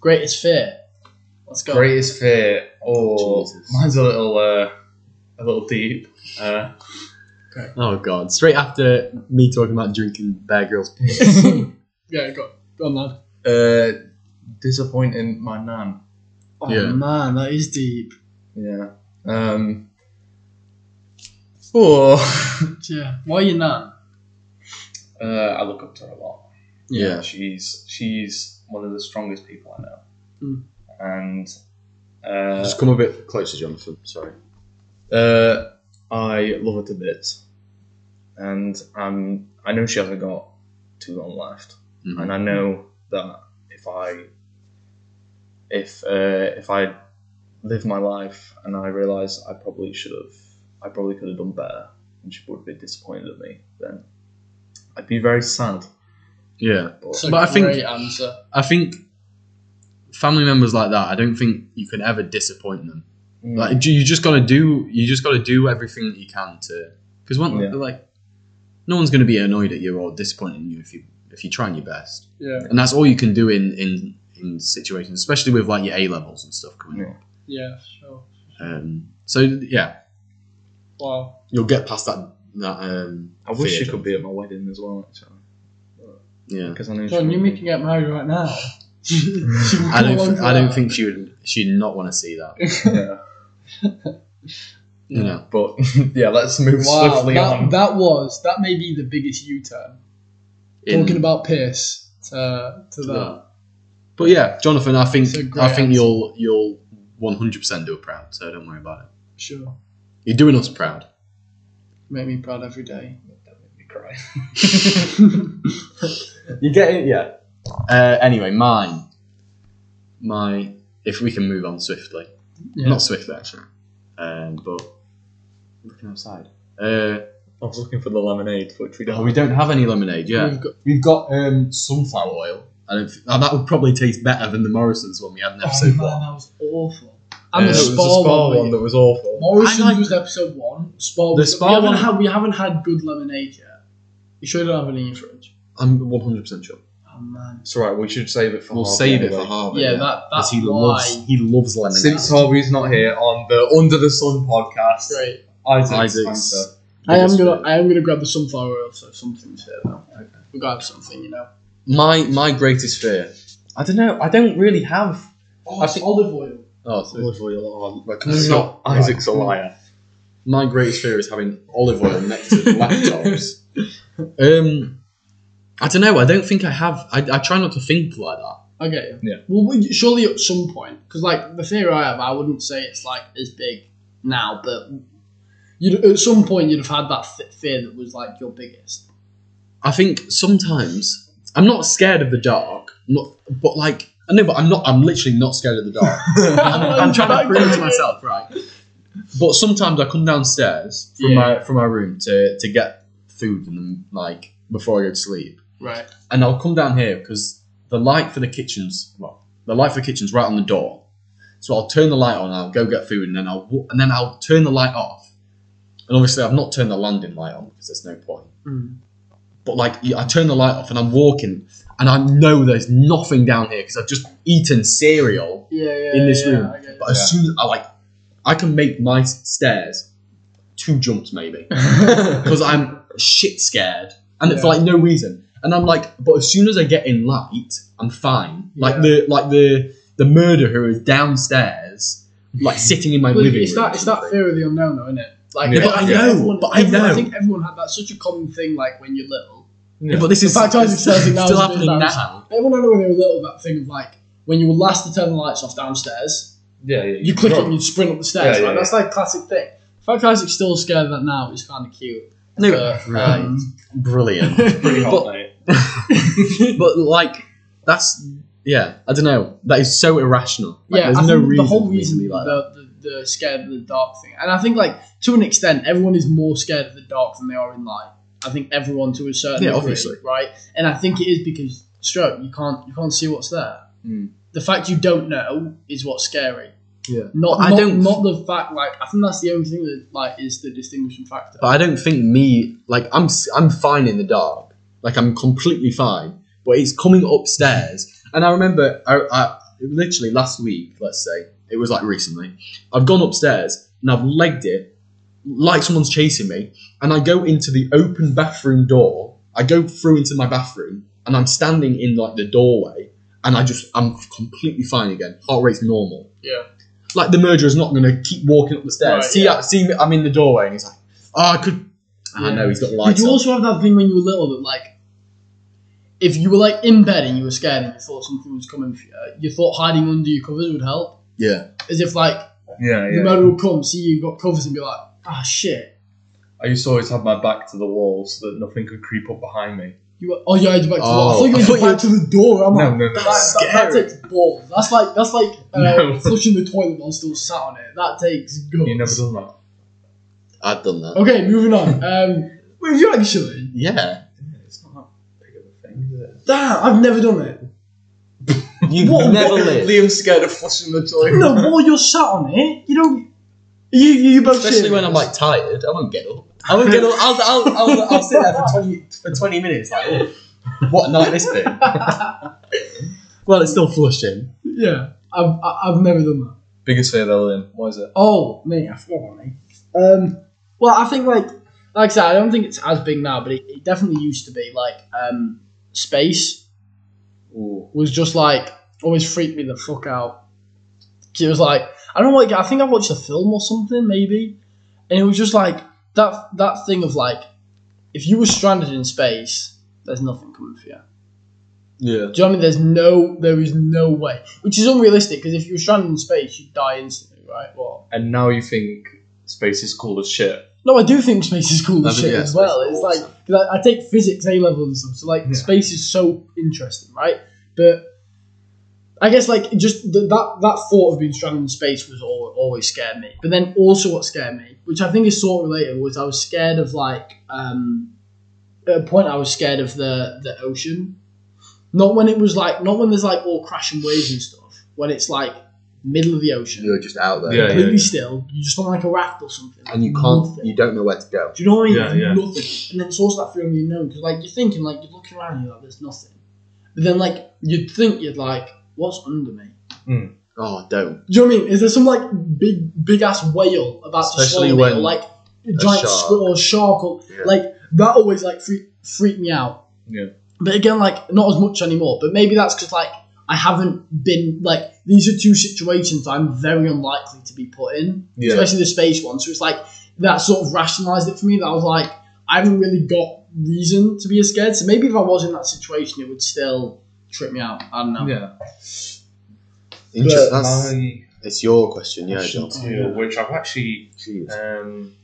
Speaker 2: greatest fear. Let's go.
Speaker 3: Greatest fear. Oh,
Speaker 1: Jesus.
Speaker 3: mine's a little, uh, a little deep. Uh,
Speaker 1: Oh god! Straight after me talking about drinking Bear (laughs) Grylls,
Speaker 2: yeah, go, go on, lad.
Speaker 3: uh, disappointing my nan.
Speaker 2: Oh
Speaker 1: Yeah.
Speaker 2: man, that is deep.
Speaker 3: Yeah. Um. Oh.
Speaker 2: Yeah. Why you nan?
Speaker 3: uh, I look up to her a lot.
Speaker 1: yeah,
Speaker 3: she's she's one of the strongest people I know,
Speaker 2: Mm.
Speaker 3: and uh,
Speaker 1: just come a bit closer, Jonathan. Sorry.
Speaker 3: uh, I love her to bits, and um, I know she hasn't got too long left,
Speaker 1: Mhm.
Speaker 3: and I know that if I if uh, if I live my life and I realise I probably should have I probably could have done better, and she would be disappointed at me, then I'd be very sad.
Speaker 1: Yeah,
Speaker 3: But
Speaker 2: It's a
Speaker 1: But I think-
Speaker 2: great answer.
Speaker 1: I think family members like that. I don't think you can ever disappoint them.
Speaker 3: Mm.
Speaker 1: Like you you just gotta do, you just gotta do everything that you can to, because one
Speaker 3: Yeah.
Speaker 1: like, no one's gonna be annoyed at you or disappointed in you if you if you're trying your best,
Speaker 2: Yeah.
Speaker 1: and that's all you can do in in in situations, especially with like your A levels and stuff coming up.
Speaker 2: Yeah. Sure.
Speaker 1: Um, so yeah,
Speaker 2: Wow.
Speaker 1: you'll get past that. That um,
Speaker 3: I wish
Speaker 1: fear,
Speaker 3: she could be at my wedding as well, actually.
Speaker 1: Yeah.
Speaker 3: Because I know
Speaker 2: John,
Speaker 3: she
Speaker 2: you
Speaker 3: would
Speaker 2: need
Speaker 3: be.
Speaker 2: to get married right now. She would
Speaker 1: I
Speaker 2: come
Speaker 1: don't. Th-
Speaker 2: along
Speaker 1: I
Speaker 2: for
Speaker 1: don't
Speaker 2: that.
Speaker 1: think she would. She'd not want to see that.
Speaker 3: yeah. (laughs)
Speaker 1: You know.
Speaker 3: But yeah, let's move
Speaker 2: Wow.
Speaker 3: swiftly on.
Speaker 2: That, that was that may be the biggest U-turn.
Speaker 1: In-
Speaker 2: Talking about piss to to that.
Speaker 1: Yeah. But yeah, Jonathan, I think
Speaker 2: It's a great
Speaker 1: I think
Speaker 2: answer.
Speaker 1: you'll you'll one hundred percent do it proud. So don't worry about it.
Speaker 2: Sure.
Speaker 1: You're doing us proud.
Speaker 2: Make me proud every day.
Speaker 3: That made me cry.
Speaker 1: You get it, yeah. Uh, anyway, mine, my. If we can move on swiftly,
Speaker 2: Yeah.
Speaker 1: not swiftly actually, um, but looking outside. Uh,
Speaker 3: I was looking for the lemonade, which we
Speaker 1: oh,
Speaker 3: don't.
Speaker 1: we don't have any lemonade. Yeah,
Speaker 2: We've got-
Speaker 1: We've got um, sunflower oil. I don't th- and that would probably taste better than the Morrison's one we had in
Speaker 2: oh,
Speaker 1: episode
Speaker 2: man,
Speaker 1: one.
Speaker 2: that was awful.
Speaker 1: Uh,
Speaker 2: And the
Speaker 1: it
Speaker 3: it was
Speaker 2: spa,
Speaker 3: the spa
Speaker 2: one
Speaker 3: one that was awful.
Speaker 2: Morrison's
Speaker 1: I like-
Speaker 2: was episode one. Spa was
Speaker 1: The Spa
Speaker 2: we haven't
Speaker 1: one-
Speaker 2: Had, we haven't had good lemonade yet. You sure you don't have any in your fridge?
Speaker 1: I'm 100 percent sure.
Speaker 2: Oh man.
Speaker 3: It's alright, we should save it for
Speaker 1: We'll
Speaker 3: Harvey
Speaker 1: save it
Speaker 3: anyway.
Speaker 1: for Harvey.
Speaker 2: Yeah, that that's
Speaker 1: he
Speaker 2: why.
Speaker 1: loves he loves lemonade.
Speaker 3: Since Harvey's not here on the Under the Sun podcast,
Speaker 2: Great.
Speaker 3: Isaac's
Speaker 1: Isaac's
Speaker 3: answer.
Speaker 2: I am
Speaker 1: biggest
Speaker 2: gonna
Speaker 1: fan.
Speaker 2: I am gonna grab the sunflower oil so something's here now. We gotta have something, you know.
Speaker 1: My my greatest fear. I don't know. I don't really have.
Speaker 2: Oh,
Speaker 1: I
Speaker 2: it's
Speaker 1: think-
Speaker 2: olive oil.
Speaker 1: Oh, so
Speaker 2: olive oil or
Speaker 1: like,
Speaker 3: No,
Speaker 1: it's
Speaker 3: not
Speaker 1: not
Speaker 3: Isaac's a (laughs) liar.
Speaker 1: My greatest fear is having olive oil next to (laughs) laptops. Um, I don't know. I don't think I have. I, I try not to think like that.
Speaker 2: Okay.
Speaker 3: Yeah.
Speaker 2: Well, we, surely at some point, because like the theory I have, I wouldn't say it's like as big now, but you'd, at some point you'd have had that th- fear that was like your
Speaker 1: (laughs)
Speaker 2: biggest.
Speaker 1: I think sometimes I'm not scared of the dark. Not, but like I know, but I'm not. I'm literally not scared of the dark. I'm
Speaker 2: (laughs)
Speaker 1: trying to prove to myself, right? But sometimes I come downstairs from
Speaker 2: Yeah.
Speaker 1: my from my room to to get food and then, like before I go to sleep,
Speaker 2: Right.
Speaker 1: and I'll come down here because the light for the kitchens, well, the light for the kitchen's right on the door. So I'll turn the light on. I'll go get food, and then I'll wa- and then I'll turn the light off. And obviously, I've not turned the landing light on because there's no point. But like, I turn the light off and I'm walking, and I know there's nothing down here because I've just eaten cereal
Speaker 2: Yeah, yeah.
Speaker 1: in this
Speaker 2: yeah,
Speaker 1: room.
Speaker 2: I get it.
Speaker 1: But as soon as I like, I can make my s- stairs two
Speaker 2: (laughs)
Speaker 1: jumps maybe because I'm shit scared and for like no reason. And I'm like, but as soon as I get in light, I'm fine. Like
Speaker 2: Yeah.
Speaker 1: the like the the murderer who is downstairs,
Speaker 2: (laughs)
Speaker 1: like sitting in my
Speaker 2: Well,
Speaker 1: living
Speaker 2: it's
Speaker 1: room.
Speaker 2: that it's that fear of the unknown, though, isn't it? Like,
Speaker 3: Yeah.
Speaker 1: But I
Speaker 2: think
Speaker 1: know,
Speaker 2: everyone-
Speaker 1: but I
Speaker 2: everyone- I
Speaker 1: know.
Speaker 2: think everyone had that such a common thing. Like when you're little,
Speaker 1: Yeah, but this
Speaker 2: In
Speaker 1: is
Speaker 2: fact, I was observing that
Speaker 1: still
Speaker 2: was a bit
Speaker 1: happening
Speaker 2: embarrassing.
Speaker 1: now.
Speaker 2: everyone I know when they were little that thing of like when you were last to turn the lights off downstairs,
Speaker 3: Yeah, yeah.
Speaker 2: You click it and you sprint up the stairs.
Speaker 3: Yeah, yeah,
Speaker 2: like, That's like classic thing. In fact, Isaac's still scared of that now. It's kind of cute.
Speaker 1: No,
Speaker 2: But,
Speaker 1: right,
Speaker 2: um,
Speaker 1: brilliant.
Speaker 2: (laughs)
Speaker 3: pretty hot,
Speaker 1: But-
Speaker 3: mate.
Speaker 1: but like, that's yeah. I don't know. That is so irrational. Like,
Speaker 2: yeah,
Speaker 1: there's
Speaker 2: I
Speaker 1: no
Speaker 2: think
Speaker 1: reason.
Speaker 2: the whole
Speaker 1: for me to
Speaker 2: reason
Speaker 1: be
Speaker 2: the,
Speaker 1: like that.
Speaker 2: the, the scared of the dark thing, and I think like to an extent, everyone is more scared of the dark than they are in light. I think everyone to a certain
Speaker 1: Yeah,
Speaker 2: degree,
Speaker 1: obviously.
Speaker 2: right? And I think it is because stroke you can't you can't see what's there.
Speaker 1: Hmm.
Speaker 3: Mm.
Speaker 2: The fact you don't know is what's scary.
Speaker 3: Yeah.
Speaker 2: Not,
Speaker 1: I
Speaker 2: not,
Speaker 1: don't-
Speaker 2: not the fact like I think that's the only thing that like is the distinguishing factor.
Speaker 1: But I don't think me like I'm s- I'm fine in the dark. Like I'm completely fine. But it's coming upstairs, and I remember I, I literally last week. Let's say it was like recently. I've gone upstairs and I've legged it like someone's chasing me, and I go into the open bathroom door. I go through into my bathroom, and I'm standing in like the doorway, and I just I'm completely fine again. Heart rate's normal.
Speaker 2: Yeah.
Speaker 1: Like the murderer's not going to keep walking up the stairs.
Speaker 2: Right,
Speaker 1: see,
Speaker 2: yeah.
Speaker 1: I, see, I'm in the doorway, and he's like. Oh, I could. I know he's got
Speaker 2: Did
Speaker 1: lights.
Speaker 2: you
Speaker 1: on.
Speaker 2: also have that thing when you were little that like, if you were like in bed and you were scared and you thought something was coming for you, you thought hiding under your covers would help,
Speaker 1: yeah.
Speaker 2: as if like
Speaker 3: Yeah,
Speaker 2: the
Speaker 3: yeah.
Speaker 2: murderer would come, see you got covers, and be like, ah shit,
Speaker 3: I used to always have my back to the wall so that nothing could creep up behind me.
Speaker 2: you were, oh yeah, you're back to
Speaker 1: Oh,
Speaker 2: the, I
Speaker 1: I
Speaker 2: thought you were
Speaker 1: thought
Speaker 2: back to the door. I'm
Speaker 3: No,
Speaker 2: like,
Speaker 3: no,
Speaker 2: that,
Speaker 3: no.
Speaker 2: that, that
Speaker 1: Scary.
Speaker 2: takes balls. That's like that's like uh,
Speaker 3: No.
Speaker 2: flushing the toilet while still sat on it. That takes guts.
Speaker 3: You never done that.
Speaker 1: I've done that.
Speaker 2: Okay, moving on. Um, well, have you actually?
Speaker 1: Yeah.
Speaker 3: It's not that big of a thing, is it?
Speaker 2: Damn, I've never done it.
Speaker 1: You've
Speaker 2: What-
Speaker 1: never lived.
Speaker 3: Liam's scared of flushing the toilet.
Speaker 2: No, while you're sat on it, you don't. You you both
Speaker 1: Especially when I'm like tired, I won't get up. I won't get up. I'll, I'll, I'll, I'll sit there for 20, for 20 minutes. Like, oh, what a night this been? (laughs) well, it's still flushing.
Speaker 2: Yeah, I've I- I've never done that.
Speaker 3: Biggest fear though, Liam. What is it?
Speaker 2: Oh, me, I forgot about me. Um, well, I think like like I said, I don't think it's as big now, but it, it definitely used to be. Like, um, space
Speaker 3: Ooh.
Speaker 2: was just like always freaked me the fuck out. It was like I don't know, like I think I watched a film or something maybe, and it was just like that that thing of like if you were stranded in space, there's nothing coming for you. Do
Speaker 1: Yeah.
Speaker 2: you know what I mean? There's no, there is no way, which is unrealistic because if you were stranded in space, you'd die instantly, right? Well,
Speaker 3: And now you think space is cool as shit.
Speaker 2: no, I do think space is cool
Speaker 1: No,
Speaker 2: as
Speaker 1: but
Speaker 2: shit
Speaker 1: yeah,
Speaker 2: as
Speaker 1: space
Speaker 2: well.
Speaker 1: is
Speaker 2: It's
Speaker 1: awesome.
Speaker 2: like cause I, I take physics A level and stuff, so like
Speaker 3: Yeah.
Speaker 2: space is so interesting, right? But I guess like just th- that that thought of being stranded in space was all, always scared me. But then also what scared me, which I think is sort of related, was I was scared of like um, at a point I was scared of the the ocean. Not when it was like not when there's like all crashing waves and stuff. When it's like middle of the ocean,
Speaker 1: You're just out there.
Speaker 3: Yeah.
Speaker 2: completely still. You just on like a raft or something,
Speaker 1: And you can't,
Speaker 2: Nothing.
Speaker 1: you don't know where to go.
Speaker 2: Do you know what I mean?
Speaker 3: Yeah, yeah.
Speaker 2: Nothing. And then it's also that feeling you know, because like you're thinking, like you're looking around, you're like, there's nothing. But then like you'd think you'd like, what's under me?
Speaker 1: Oh,
Speaker 2: Do
Speaker 1: don't.
Speaker 2: you know what I mean? Is there some like big big ass whale about
Speaker 1: Especially
Speaker 2: to swallow me, or
Speaker 1: when
Speaker 2: like a giant
Speaker 1: shark-
Speaker 2: squid or shark or
Speaker 1: Yeah.
Speaker 2: like that always like freak freaked me out.
Speaker 3: Yeah.
Speaker 2: But again, like not as much anymore. But maybe that's because like I haven't been like these are two situations I'm very unlikely to be put in,
Speaker 3: Yeah.
Speaker 2: especially the space one. So it's like that sort of rationalised it for me. That I was like, I haven't really got reason to be as scared. So maybe if I was in that situation, it would still trip me out. I don't know.
Speaker 3: Yeah.
Speaker 1: Interesting.
Speaker 3: But
Speaker 1: That's,
Speaker 3: my
Speaker 1: it's your question, yeah,
Speaker 3: question
Speaker 1: John.
Speaker 3: two, which I've actually
Speaker 1: Jeez.
Speaker 3: Um,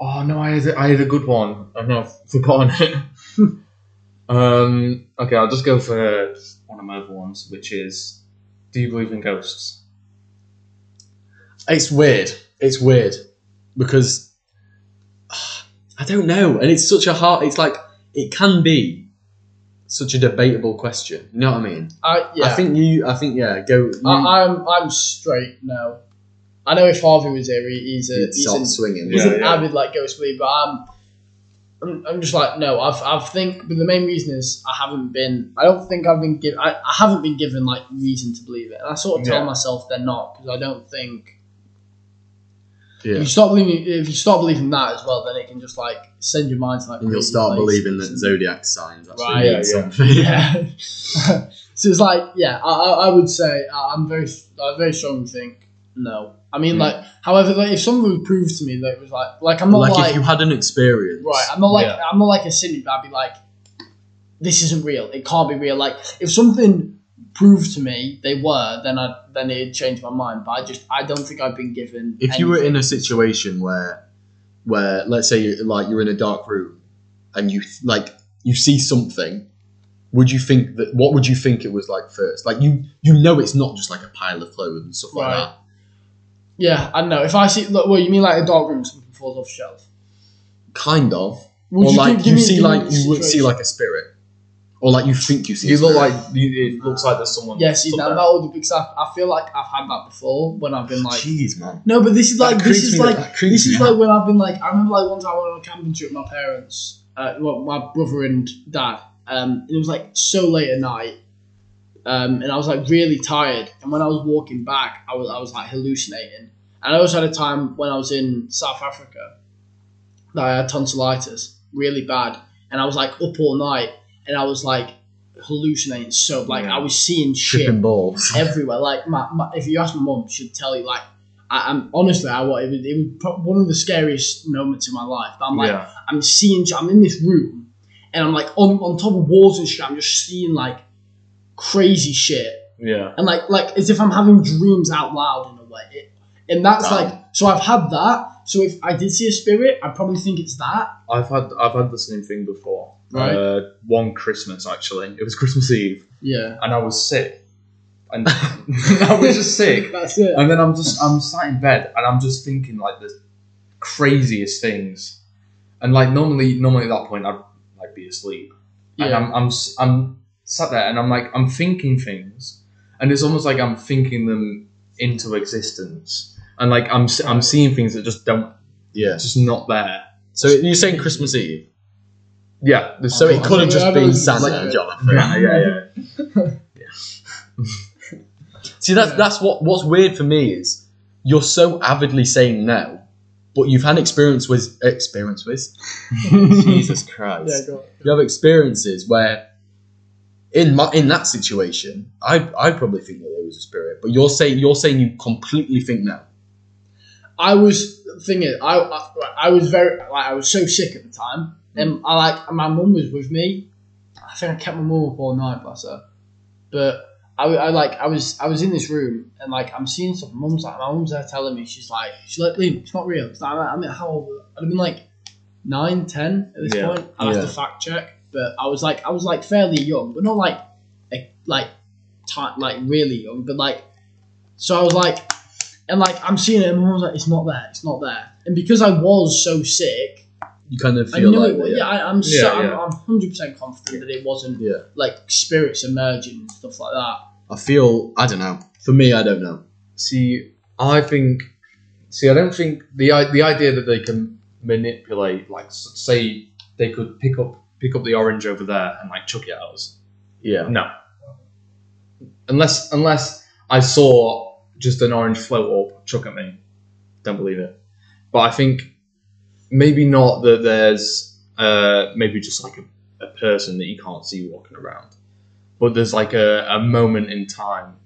Speaker 3: oh no, I had a, I had a good one. I've now (laughs) forgotten it. (laughs) um, okay, I'll just go for one of my other ones, which is: Do you believe in ghosts?
Speaker 1: It's weird. It's weird because (sighs) I don't know, and it's such a hard. It's like it can be such a debatable question. You know what I mean?
Speaker 2: I, yeah.
Speaker 1: I think you. I think yeah. Go. You,
Speaker 2: I, I'm I'm straight now. I know if Harvey was here, he, he's a
Speaker 1: you'd
Speaker 2: he's
Speaker 1: start
Speaker 2: an,
Speaker 1: swinging.
Speaker 2: he's
Speaker 3: Yeah,
Speaker 2: an
Speaker 3: yeah.
Speaker 2: avid like ghost believer, but I'm, I'm I'm just like no. I've I've think, but the main reason is I haven't been. I don't think I've been given. I, I haven't been given like reason to believe it, and I sort of tell
Speaker 3: Yeah.
Speaker 2: myself they're not because I don't think. If
Speaker 1: Yeah.
Speaker 2: you start believing, if you start believing that as well, then it can just like send your mind to like.
Speaker 1: And you'll
Speaker 2: crazy
Speaker 1: start
Speaker 2: places
Speaker 1: believing that
Speaker 2: and-
Speaker 1: zodiac signs actually
Speaker 2: Right.
Speaker 1: mean
Speaker 3: Yeah, yeah.
Speaker 2: (laughs)
Speaker 1: something. (laughs)
Speaker 2: yeah. (laughs) so it's like, yeah, I, I I would say I- I'm very, I very strongly think no. I mean,
Speaker 3: Hmm.
Speaker 2: like, however, like, if someone would prove to me that it was like, like, I'm not
Speaker 1: Like,
Speaker 2: like,
Speaker 1: if you had an experience,
Speaker 2: right, I'm not like,
Speaker 3: Yeah.
Speaker 2: I'm not like a cynic. but I'd be like, this isn't real. It can't be real. Like, if something proved to me they were, then I then it'd change my mind. But I just, I don't think I've been given.
Speaker 1: if you were
Speaker 2: anything.
Speaker 1: in a situation where where let's say you like you're in a dark room and you like you see something would you think that what would you think it was like first like you you know it's not just like a pile of clothes and stuff like
Speaker 2: Right.
Speaker 1: that
Speaker 2: yeah, I don't know. If I see, look, well, you mean like a dark room, something falls off a shelf.
Speaker 1: kind of
Speaker 2: Would
Speaker 1: or
Speaker 2: give-
Speaker 1: like you
Speaker 2: give me-
Speaker 1: see
Speaker 2: give me
Speaker 1: like
Speaker 2: the
Speaker 1: you would see
Speaker 2: situation?
Speaker 1: like a spirit or like you think you see a
Speaker 3: You look
Speaker 1: spirit.
Speaker 3: like you, it looks like there's someone.
Speaker 2: Yeah, see,
Speaker 3: stood
Speaker 2: now
Speaker 3: there.
Speaker 2: that would because I, I feel like I've had that before when I've been like.
Speaker 1: jeez man
Speaker 2: No, but this is
Speaker 1: That
Speaker 2: like
Speaker 1: creeps
Speaker 2: this is
Speaker 1: me-
Speaker 2: like
Speaker 1: that creeps
Speaker 2: this
Speaker 1: me
Speaker 2: is
Speaker 1: out.
Speaker 2: like when I've been like I remember like one time I went on a camping trip with my parents, uh, well, my brother and dad, um, and it was like so late at night, um, and I was like really tired, and when I was walking back, I was I was like hallucinating, and I also had a time when I was in South Africa that I had tonsillitis really bad, and I was like up all night, and I was like hallucinating so like
Speaker 3: Yeah.
Speaker 2: I was seeing shit
Speaker 1: tripping balls
Speaker 2: everywhere. Like my, my if you ask my mum, she'd tell you like I, I'm honestly I what it was, it was pro- one of the scariest moments in my life. I'm like
Speaker 3: yeah,
Speaker 2: I'm seeing I'm in this room and I'm like on, on top of walls and shit. I'm just seeing like crazy shit
Speaker 3: yeah,
Speaker 2: and like like as if I'm having dreams out loud in a way. It, and that's
Speaker 1: Wow.
Speaker 2: like so I've had that. So if I did see a spirit, I probably think it's that.
Speaker 3: I've had I've had the same thing before.
Speaker 2: Right.
Speaker 3: Uh, one Christmas actually, it was Christmas Eve,
Speaker 2: Yeah,
Speaker 3: and I was sick, and (laughs) I was just sick,
Speaker 2: that's it.
Speaker 3: And then I'm just I'm sat in bed and I'm just thinking like the craziest things, and like normally normally at that point I'd like be asleep, and
Speaker 2: Yeah,
Speaker 3: I'm I'm s- I'm sat there and I'm like I'm thinking things, and it's almost like I'm thinking them into existence, and like I'm s- I'm seeing things that just don't
Speaker 1: yeah
Speaker 3: just not there.
Speaker 1: so you're saying christmas eve
Speaker 3: Oh, Yeah, there's
Speaker 1: so it could have just been santa
Speaker 2: Like-
Speaker 1: jonathan
Speaker 3: yeah yeah yeah.
Speaker 1: See, that's
Speaker 2: Yeah.
Speaker 1: that's what what's weird for me is you're so avidly saying no, but you've had experience with experience with (laughs) Jesus Christ.
Speaker 2: yeah, go on.
Speaker 1: You have experiences where in my in that situation, I I probably think that there was a spirit, but you're saying you're saying you completely think no.
Speaker 2: I was thing is, I, I I was very like I was so sick at the time, and I like my mum was with me. I think I kept my mum up all night, bless her. But I, I like I was I was in this room and like I'm seeing stuff. My mum's like my mum's there telling me she's like she's like Liam, it's not real. It's not, I mean, how old? I'd have been like nine, ten at this
Speaker 3: Yeah.
Speaker 2: point. I have
Speaker 1: Yeah.
Speaker 2: to fact check, but I was like I was like fairly young, but not like like like ti like really young, but like so I was like and like I'm seeing it, and I was like, "It's not there, it's not there." And because I was so sick,
Speaker 1: You kind of
Speaker 2: I
Speaker 1: feel
Speaker 2: knew
Speaker 1: like
Speaker 2: it. was
Speaker 1: yeah.
Speaker 2: Yeah, I, I'm
Speaker 3: Yeah,
Speaker 2: so,
Speaker 3: yeah.
Speaker 2: I'm hundred percent confident that it wasn't
Speaker 1: yeah.
Speaker 2: like spirits emerging and stuff like that.
Speaker 1: I feel I don't know. For me, I don't know.
Speaker 3: See, I think. See, I don't think the i- the idea that they can manipulate, like s- say, they could pick up pick up the orange over there and like chuck it at us.
Speaker 1: Yeah.
Speaker 3: No, unless unless I saw just an orange float up, chuck at me. Don't believe it. But I think maybe not that there's uh, maybe just like a, a person that you can't see walking around. but there's like a, a moment in time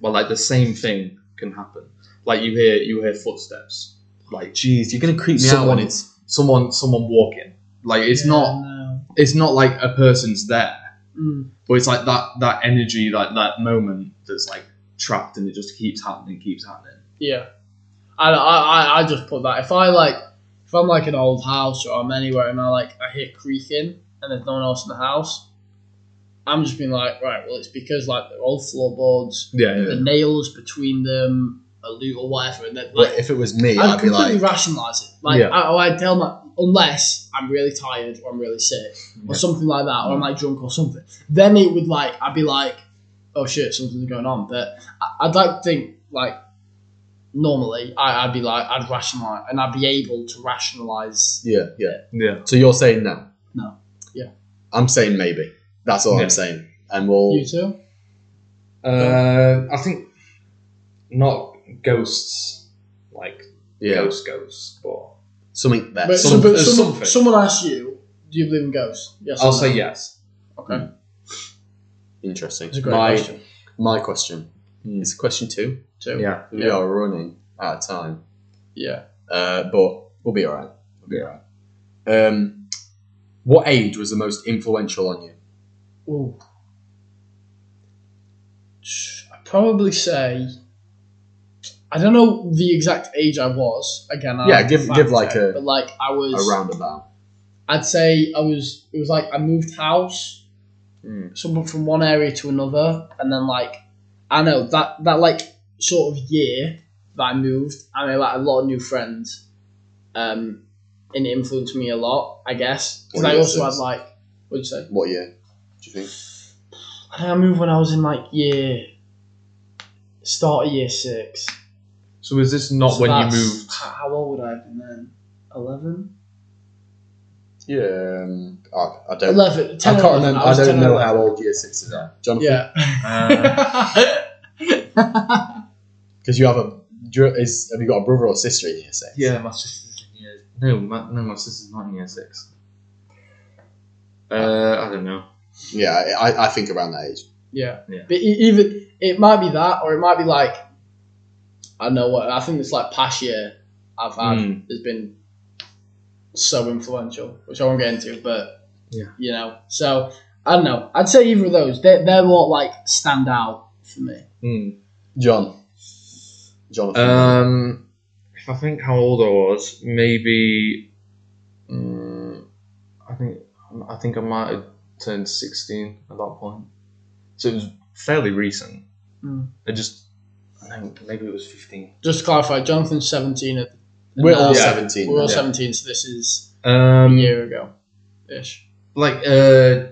Speaker 3: where like the same thing can happen. Like you hear you hear footsteps, like
Speaker 1: Jeez, you're gonna creep me out
Speaker 3: Someone-
Speaker 1: when it's
Speaker 3: someone someone walking. Like it's
Speaker 2: Yeah,
Speaker 3: not
Speaker 2: no.
Speaker 3: it's not like a person's there,
Speaker 2: Mm.
Speaker 3: but it's like that that energy, like that moment that's like trapped and it just keeps happening, keeps happening.
Speaker 2: Yeah. I, I, I- I just put that. If I like, if I'm like an old house or I'm anywhere and I like, I hear creaking and there's no one else in the house, I'm just being like, right, well, it's because like the old floorboards,
Speaker 3: Yeah,
Speaker 2: the nails between them, a loot or whatever, and then like,
Speaker 1: But if it was me,
Speaker 2: I'd
Speaker 1: I'd be
Speaker 2: completely
Speaker 1: like,
Speaker 2: rationalise it. Like,
Speaker 3: Yeah.
Speaker 2: I, I'd tell my unless I'm really tired or I'm really sick
Speaker 3: Yeah.
Speaker 2: or something like that, or I'm like drunk or something. Then it would like I'd be like, oh shit, something's going on. But I- I'd like to think like normally I, I'd be like I'd rationalise and I'd be able to rationalise.
Speaker 1: yeah, yeah.
Speaker 3: yeah.
Speaker 1: So you're saying no?
Speaker 2: No. Yeah.
Speaker 1: I'm saying maybe. That's all
Speaker 3: Yeah.
Speaker 1: I'm saying. And we'll.
Speaker 2: You too?
Speaker 3: Uh, I think not ghosts, like
Speaker 1: yeah.
Speaker 3: ghost ghosts, but
Speaker 1: Something there.
Speaker 2: But,
Speaker 1: Some-
Speaker 2: so, but
Speaker 3: there's
Speaker 2: someone-
Speaker 3: something.
Speaker 2: someone asks you, do you believe in ghosts? Yes. or
Speaker 3: I'll
Speaker 2: no?
Speaker 3: say yes.
Speaker 2: Okay.
Speaker 1: Interesting.
Speaker 2: It's a great
Speaker 1: My
Speaker 2: question. Hmm.
Speaker 1: my question. It's question two.
Speaker 2: Too.
Speaker 3: Yeah.
Speaker 1: We are running out of time,
Speaker 2: Yeah.
Speaker 1: uh, but we'll be all right. We'll be all right. Um, what age was the most influential on you?
Speaker 2: Ooh. I'd probably say I don't know the exact age I was. Again, I
Speaker 1: Yeah, give-
Speaker 2: fact
Speaker 1: give like
Speaker 2: check,
Speaker 1: a-
Speaker 2: but like I was
Speaker 1: Around about.
Speaker 2: I'd say I was. It was like I moved house,
Speaker 1: Hmm.
Speaker 3: Mm.
Speaker 2: someone from one area to another, and then like I know that that like sort of year that I moved, I made like a lot of new friends, um, and it influenced me a lot, I guess. Because
Speaker 1: What
Speaker 2: I
Speaker 1: year
Speaker 2: also
Speaker 1: was
Speaker 2: had like what'd you say?
Speaker 1: What year? Do you think?
Speaker 2: I think I moved when I was in like year start of year six.
Speaker 3: So is this not
Speaker 2: So
Speaker 3: when (laughs) you
Speaker 2: that's-
Speaker 3: moved?
Speaker 2: How, how old would I have been then? Eleven.
Speaker 1: Yeah. Um, I, I don't.
Speaker 2: Eleven. 10,
Speaker 1: I can't
Speaker 2: 11.
Speaker 1: remember.
Speaker 2: I,
Speaker 1: I,
Speaker 2: was 10,
Speaker 1: don't know
Speaker 2: 11.
Speaker 1: how old year sixes are, Jonathan. (laughs)
Speaker 3: Uh,
Speaker 1: Uh-huh.
Speaker 2: Yeah.
Speaker 1: Because you have a. do you- Is, have you got a brother or sister in year six?
Speaker 3: yeah, my sister's in year. No, my, no, my sister's not in year six. Uh, I don't know.
Speaker 1: Yeah, I, I- I think around that age.
Speaker 2: (laughs) yeah.
Speaker 3: Yeah.
Speaker 2: But e- even it might be that, or it might be like I don't know what. I think it's like past year I've had
Speaker 3: Mm.
Speaker 2: has been so influential, which I won't get into, but
Speaker 3: Yeah.
Speaker 2: you know. So I don't know. I'd say either of those. They're they're what like stand out for me.
Speaker 3: Mm.
Speaker 1: John. Jonathan.
Speaker 3: Um, if I think how old I was, maybe. mm, I think I think I might have turned sixteen at that point. So it was fairly recent.
Speaker 2: Mm.
Speaker 3: I just, I think maybe it was fifteen.
Speaker 2: Just to clarify, Jonathan's seventeen. At,
Speaker 1: we're all
Speaker 3: yeah.
Speaker 1: 17.
Speaker 2: we're all
Speaker 1: now.
Speaker 3: Yeah.
Speaker 2: seventeen, so this is a
Speaker 3: Um,
Speaker 2: year ago, ish.
Speaker 3: like uh,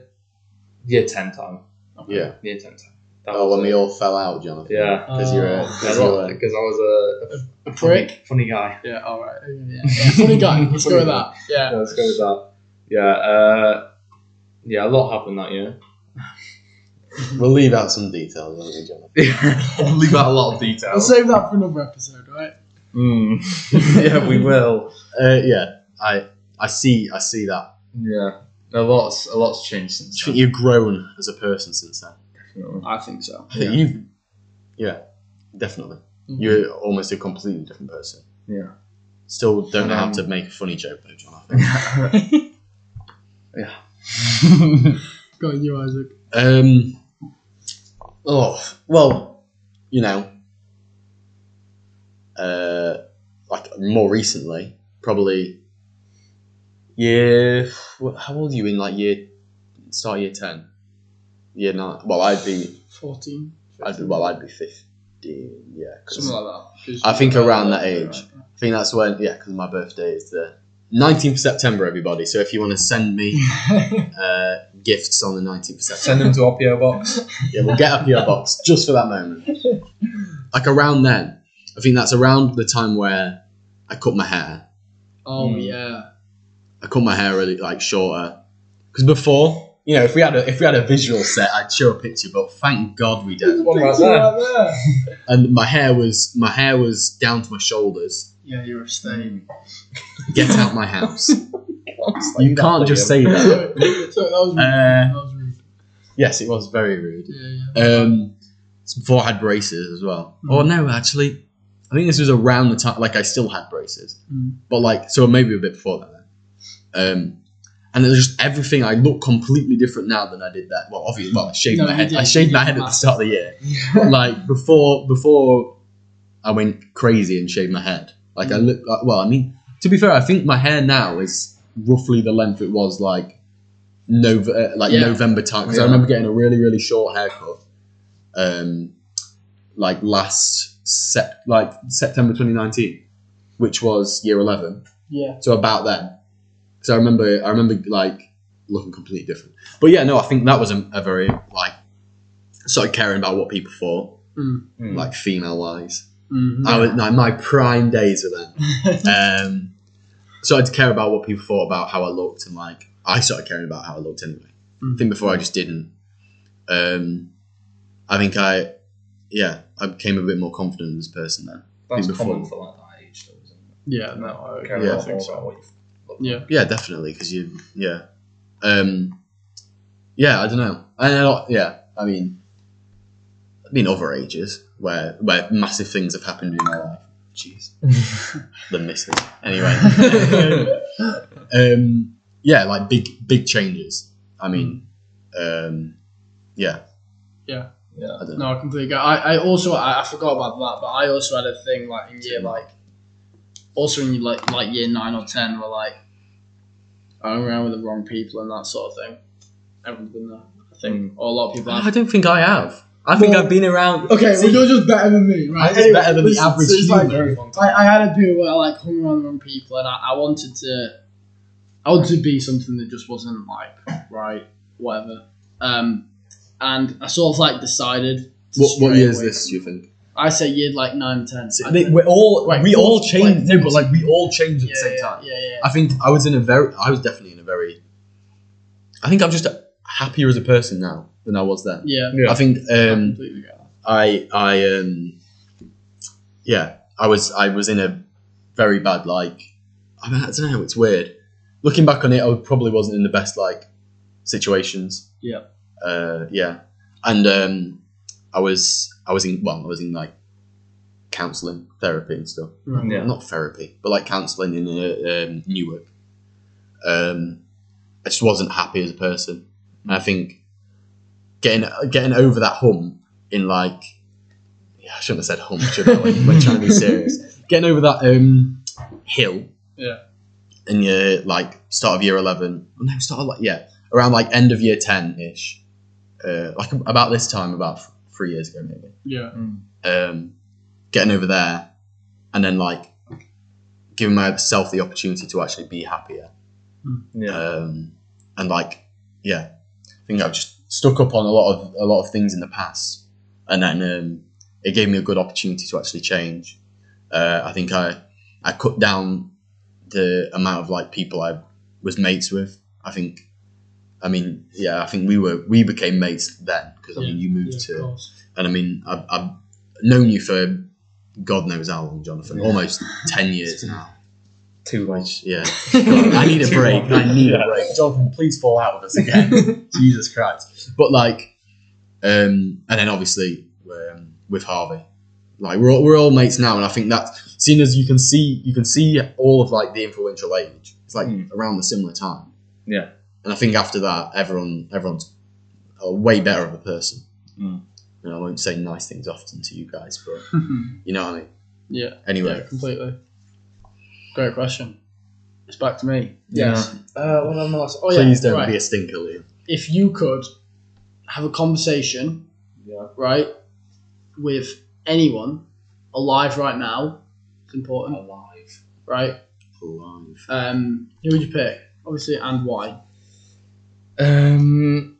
Speaker 3: year ten time.
Speaker 1: Yeah.
Speaker 3: Year ten time. That
Speaker 1: Oh, when
Speaker 3: was
Speaker 1: we
Speaker 3: it.
Speaker 1: all fell out, Jonathan.
Speaker 3: Yeah.
Speaker 1: Because you're a.
Speaker 2: Oh.
Speaker 1: Cause
Speaker 3: Because I
Speaker 1: you're a
Speaker 3: was
Speaker 2: A
Speaker 3: a
Speaker 2: prick.
Speaker 3: funny guy.
Speaker 2: Yeah. All right. Yeah, yeah. Funny guy.
Speaker 1: (laughs)
Speaker 2: Let's go
Speaker 3: Funny
Speaker 2: with
Speaker 3: guy.
Speaker 2: that. Yeah.
Speaker 3: let's go with that. Yeah, uh, yeah, a lot happened that year.
Speaker 1: we'll leave out some details, won't we,
Speaker 3: (laughs)
Speaker 1: Jonathan?
Speaker 3: Leave out a lot of detail.
Speaker 2: I'll save that for another episode, right?
Speaker 3: Mm. (laughs) yeah, we will.
Speaker 1: Uh, yeah, I I see I see that.
Speaker 3: Yeah, a lot's a lot's changed
Speaker 1: I
Speaker 3: since.
Speaker 1: think you've grown as a person since then.
Speaker 3: then.
Speaker 2: I think so.
Speaker 1: (laughs) I think You've, yeah, definitely. You're almost a completely different person.
Speaker 3: Yeah.
Speaker 1: Still don't know how
Speaker 3: Um,
Speaker 1: to make a funny joke though, Jonathan.
Speaker 3: yeah. (laughs)
Speaker 2: Go on, you, Isaac.
Speaker 1: Um. Oh well, you know. Uh, like more recently, probably. Year. wh- How old are you in? Like year, start of year ten. Year nine. Well, I'd be.
Speaker 2: Fourteen.
Speaker 1: I'd be well, I'd be fifteen. Yeah. 'cause
Speaker 2: Something like that. 'Cause
Speaker 1: I think
Speaker 2: you're-
Speaker 1: around that age. I think that's when. Yeah, because my birthday is the nineteenth of September. Everybody. So if you want to
Speaker 2: (laughs)
Speaker 1: send me uh, gifts on the nineteenth of September.
Speaker 3: Send them to our PO box.
Speaker 1: Yeah, we'll get a PO box just for that moment. Like around then, I think that's around the time where I cut my hair.
Speaker 2: Oh
Speaker 3: Mm.
Speaker 2: yeah.
Speaker 1: I cut my hair really like shorter because before, you know, if we had a if we had a visual set, I'd show a picture. But thank God we don't.
Speaker 3: one right
Speaker 2: Picture
Speaker 3: there.
Speaker 2: there.
Speaker 1: And my hair was my hair was down to my shoulders.
Speaker 2: Yeah, you're a stain.
Speaker 1: Get out my house! you can't just say that.
Speaker 2: Sorry, (laughs) that was rude. (laughs)
Speaker 1: Uh,
Speaker 2: That was rude.
Speaker 1: Yes, it was very rude.
Speaker 2: Yeah, yeah.
Speaker 1: Um, it's before I had braces as well.
Speaker 2: Mm.
Speaker 1: Oh no, actually, I think this was around the time. Like I still had braces,
Speaker 2: Mm.
Speaker 1: but like so maybe a bit before that. Then. Um, and it was just everything. I look completely different now than I did that. Well, obviously, well, I shaved
Speaker 2: No,
Speaker 1: my
Speaker 2: you
Speaker 1: head.
Speaker 2: did.
Speaker 1: I shaved
Speaker 2: You
Speaker 1: my
Speaker 2: did
Speaker 1: head at the
Speaker 2: that.
Speaker 1: start of the year. (laughs) But, like before, before I went crazy and shaved my head. Like I
Speaker 2: Hmm.
Speaker 1: look. Like, well, I mean, to be fair, I think my hair now is roughly the length it was like. Nov- uh, like
Speaker 2: Yeah.
Speaker 1: November time because I
Speaker 3: Yeah.
Speaker 1: remember getting a really really short haircut um, like last sep- like September 2019, which was year 11.
Speaker 2: Yeah.
Speaker 1: So about then, because I remember I remember like looking completely different. But yeah, no, I think that was a, a very like started caring about what people thought,
Speaker 2: Mm.
Speaker 3: Mm.
Speaker 1: like female wise.
Speaker 2: Mhm.
Speaker 1: I was like my prime days were then. um, started to care about what people thought about how I looked, and like I started caring about how I looked anyway. I
Speaker 2: Mm.
Speaker 1: think before I just didn't. Um, I think I, yeah, I became a bit more confident as a person then.
Speaker 3: That's
Speaker 1: Before.
Speaker 3: common for like that age, though, isn't it?
Speaker 2: Yeah, no, I,
Speaker 3: Care a
Speaker 1: Yeah,
Speaker 2: yeah,
Speaker 3: lot
Speaker 2: I think
Speaker 3: more
Speaker 2: so.
Speaker 3: about what you've looked
Speaker 2: Yeah.
Speaker 1: Yeah, definitely, because you, yeah, um, yeah, I don't know, I know, yeah, I mean, I mean, other ages where where massive things have happened in my life. (laughs) Jeez, the misses. Anyway, (laughs)
Speaker 3: like.
Speaker 1: um, yeah, like big big changes. I mean, um, yeah,
Speaker 2: Yeah.
Speaker 3: Yeah.
Speaker 1: I don't know.
Speaker 2: No, I completely get. I, I also I, I forgot about that, but I also had a thing like in year like, also in like like year nine or ten where like, I hung around with the wrong people and that sort of thing. Everyone's been there, I think,
Speaker 1: Hmm.
Speaker 2: or a lot of people
Speaker 1: I
Speaker 2: have.
Speaker 1: don't think I have. I think
Speaker 2: Well-
Speaker 1: I've been around.
Speaker 2: (laughs) Okay,
Speaker 1: See,
Speaker 2: well, you're just better than me, right?
Speaker 1: I'm just better than the average
Speaker 2: so it's
Speaker 1: human.
Speaker 2: like, I, I had a period where I like hung around the wrong people, and I, I wanted to, I wanted to be something that just wasn't like right, whatever. Um, and I sort of like decided. to
Speaker 1: What, what
Speaker 2: stray
Speaker 1: year is
Speaker 2: away
Speaker 1: this?
Speaker 2: from-
Speaker 1: Do you think?
Speaker 2: I say year like nine, ten.
Speaker 1: So they- we're all
Speaker 2: Right,
Speaker 1: we
Speaker 2: four-
Speaker 1: all change.
Speaker 2: like,
Speaker 1: no, but like we all change at
Speaker 2: yeah,
Speaker 1: the same
Speaker 2: yeah,
Speaker 1: time.
Speaker 2: Yeah, yeah.
Speaker 1: I think I was in a very. I was definitely in a very. I think I'm just happier as a person now than I was then.
Speaker 2: yeah.
Speaker 3: Yeah.
Speaker 1: I think
Speaker 2: I
Speaker 1: um,
Speaker 2: completely get that.
Speaker 1: I I um yeah I was I was in a very bad like I, mean, I don't know it's weird looking back on it I probably wasn't in the best like situations
Speaker 2: Yeah.
Speaker 1: uh yeah and um I was I was in well I was in like counseling therapy and stuff
Speaker 2: Right.
Speaker 3: Yeah.
Speaker 1: not therapy but like counseling in uh, um, Newark um I just wasn't happy as a person and I think getting getting over that hump in like yeah, I shouldn't have said hump, should I? When, when trying to be serious, getting over that um hill.
Speaker 2: Yeah.
Speaker 1: In your like start of year eleven, oh, no, start of like yeah, around like end of year ten ish, uh, like about this time, about th- three years ago maybe.
Speaker 2: Yeah.
Speaker 1: Um, getting over there, and then like giving myself the opportunity to actually be happier
Speaker 3: Yeah.
Speaker 1: um, and like yeah i think i've just stuck up on a lot of a lot of things in the past and then um, it gave me a good opportunity to actually change uh, i think i i cut down the amount of like people i was mates with i think i mean yeah i think we were we became mates then because i mean you moved
Speaker 2: Yeah, of
Speaker 1: to
Speaker 2: course.
Speaker 1: and i mean I've, I've known you for god knows how long jonathan
Speaker 3: Yeah.
Speaker 1: almost 10 years now
Speaker 3: Too
Speaker 1: which yeah I (laughs) need a
Speaker 3: Too
Speaker 1: break.
Speaker 3: long.
Speaker 1: I need
Speaker 3: Yeah.
Speaker 1: a break. Jonathan, please fall out with us
Speaker 2: (laughs)
Speaker 1: again. Jesus Christ. But like, um, and then obviously um, with Harvey, like we're all, we're all mates now, and I think that seeing as you can see you can see all of like the influential age, it's like
Speaker 2: Hmm.
Speaker 3: Mm.
Speaker 1: around the similar time.
Speaker 3: Yeah.
Speaker 1: And I think after that, everyone everyone's a way better of a person.
Speaker 2: Hmm.
Speaker 3: Mm.
Speaker 1: And I won't say nice things often to you guys, but you know what I mean.
Speaker 2: yeah. Yeah.
Speaker 1: Anyway,
Speaker 2: Completely. Great question. It's back to me.
Speaker 3: Yeah.
Speaker 2: Uh, what am I last? Oh yeah.
Speaker 1: please don't
Speaker 2: right.
Speaker 1: be a stinker, Liam.
Speaker 2: if you could have a conversation,
Speaker 3: Yeah.
Speaker 2: right, with anyone alive right now, it's important,
Speaker 3: Alive.
Speaker 2: right?
Speaker 1: Alive.
Speaker 2: Um, who would you pick? Obviously, and why?
Speaker 3: Um,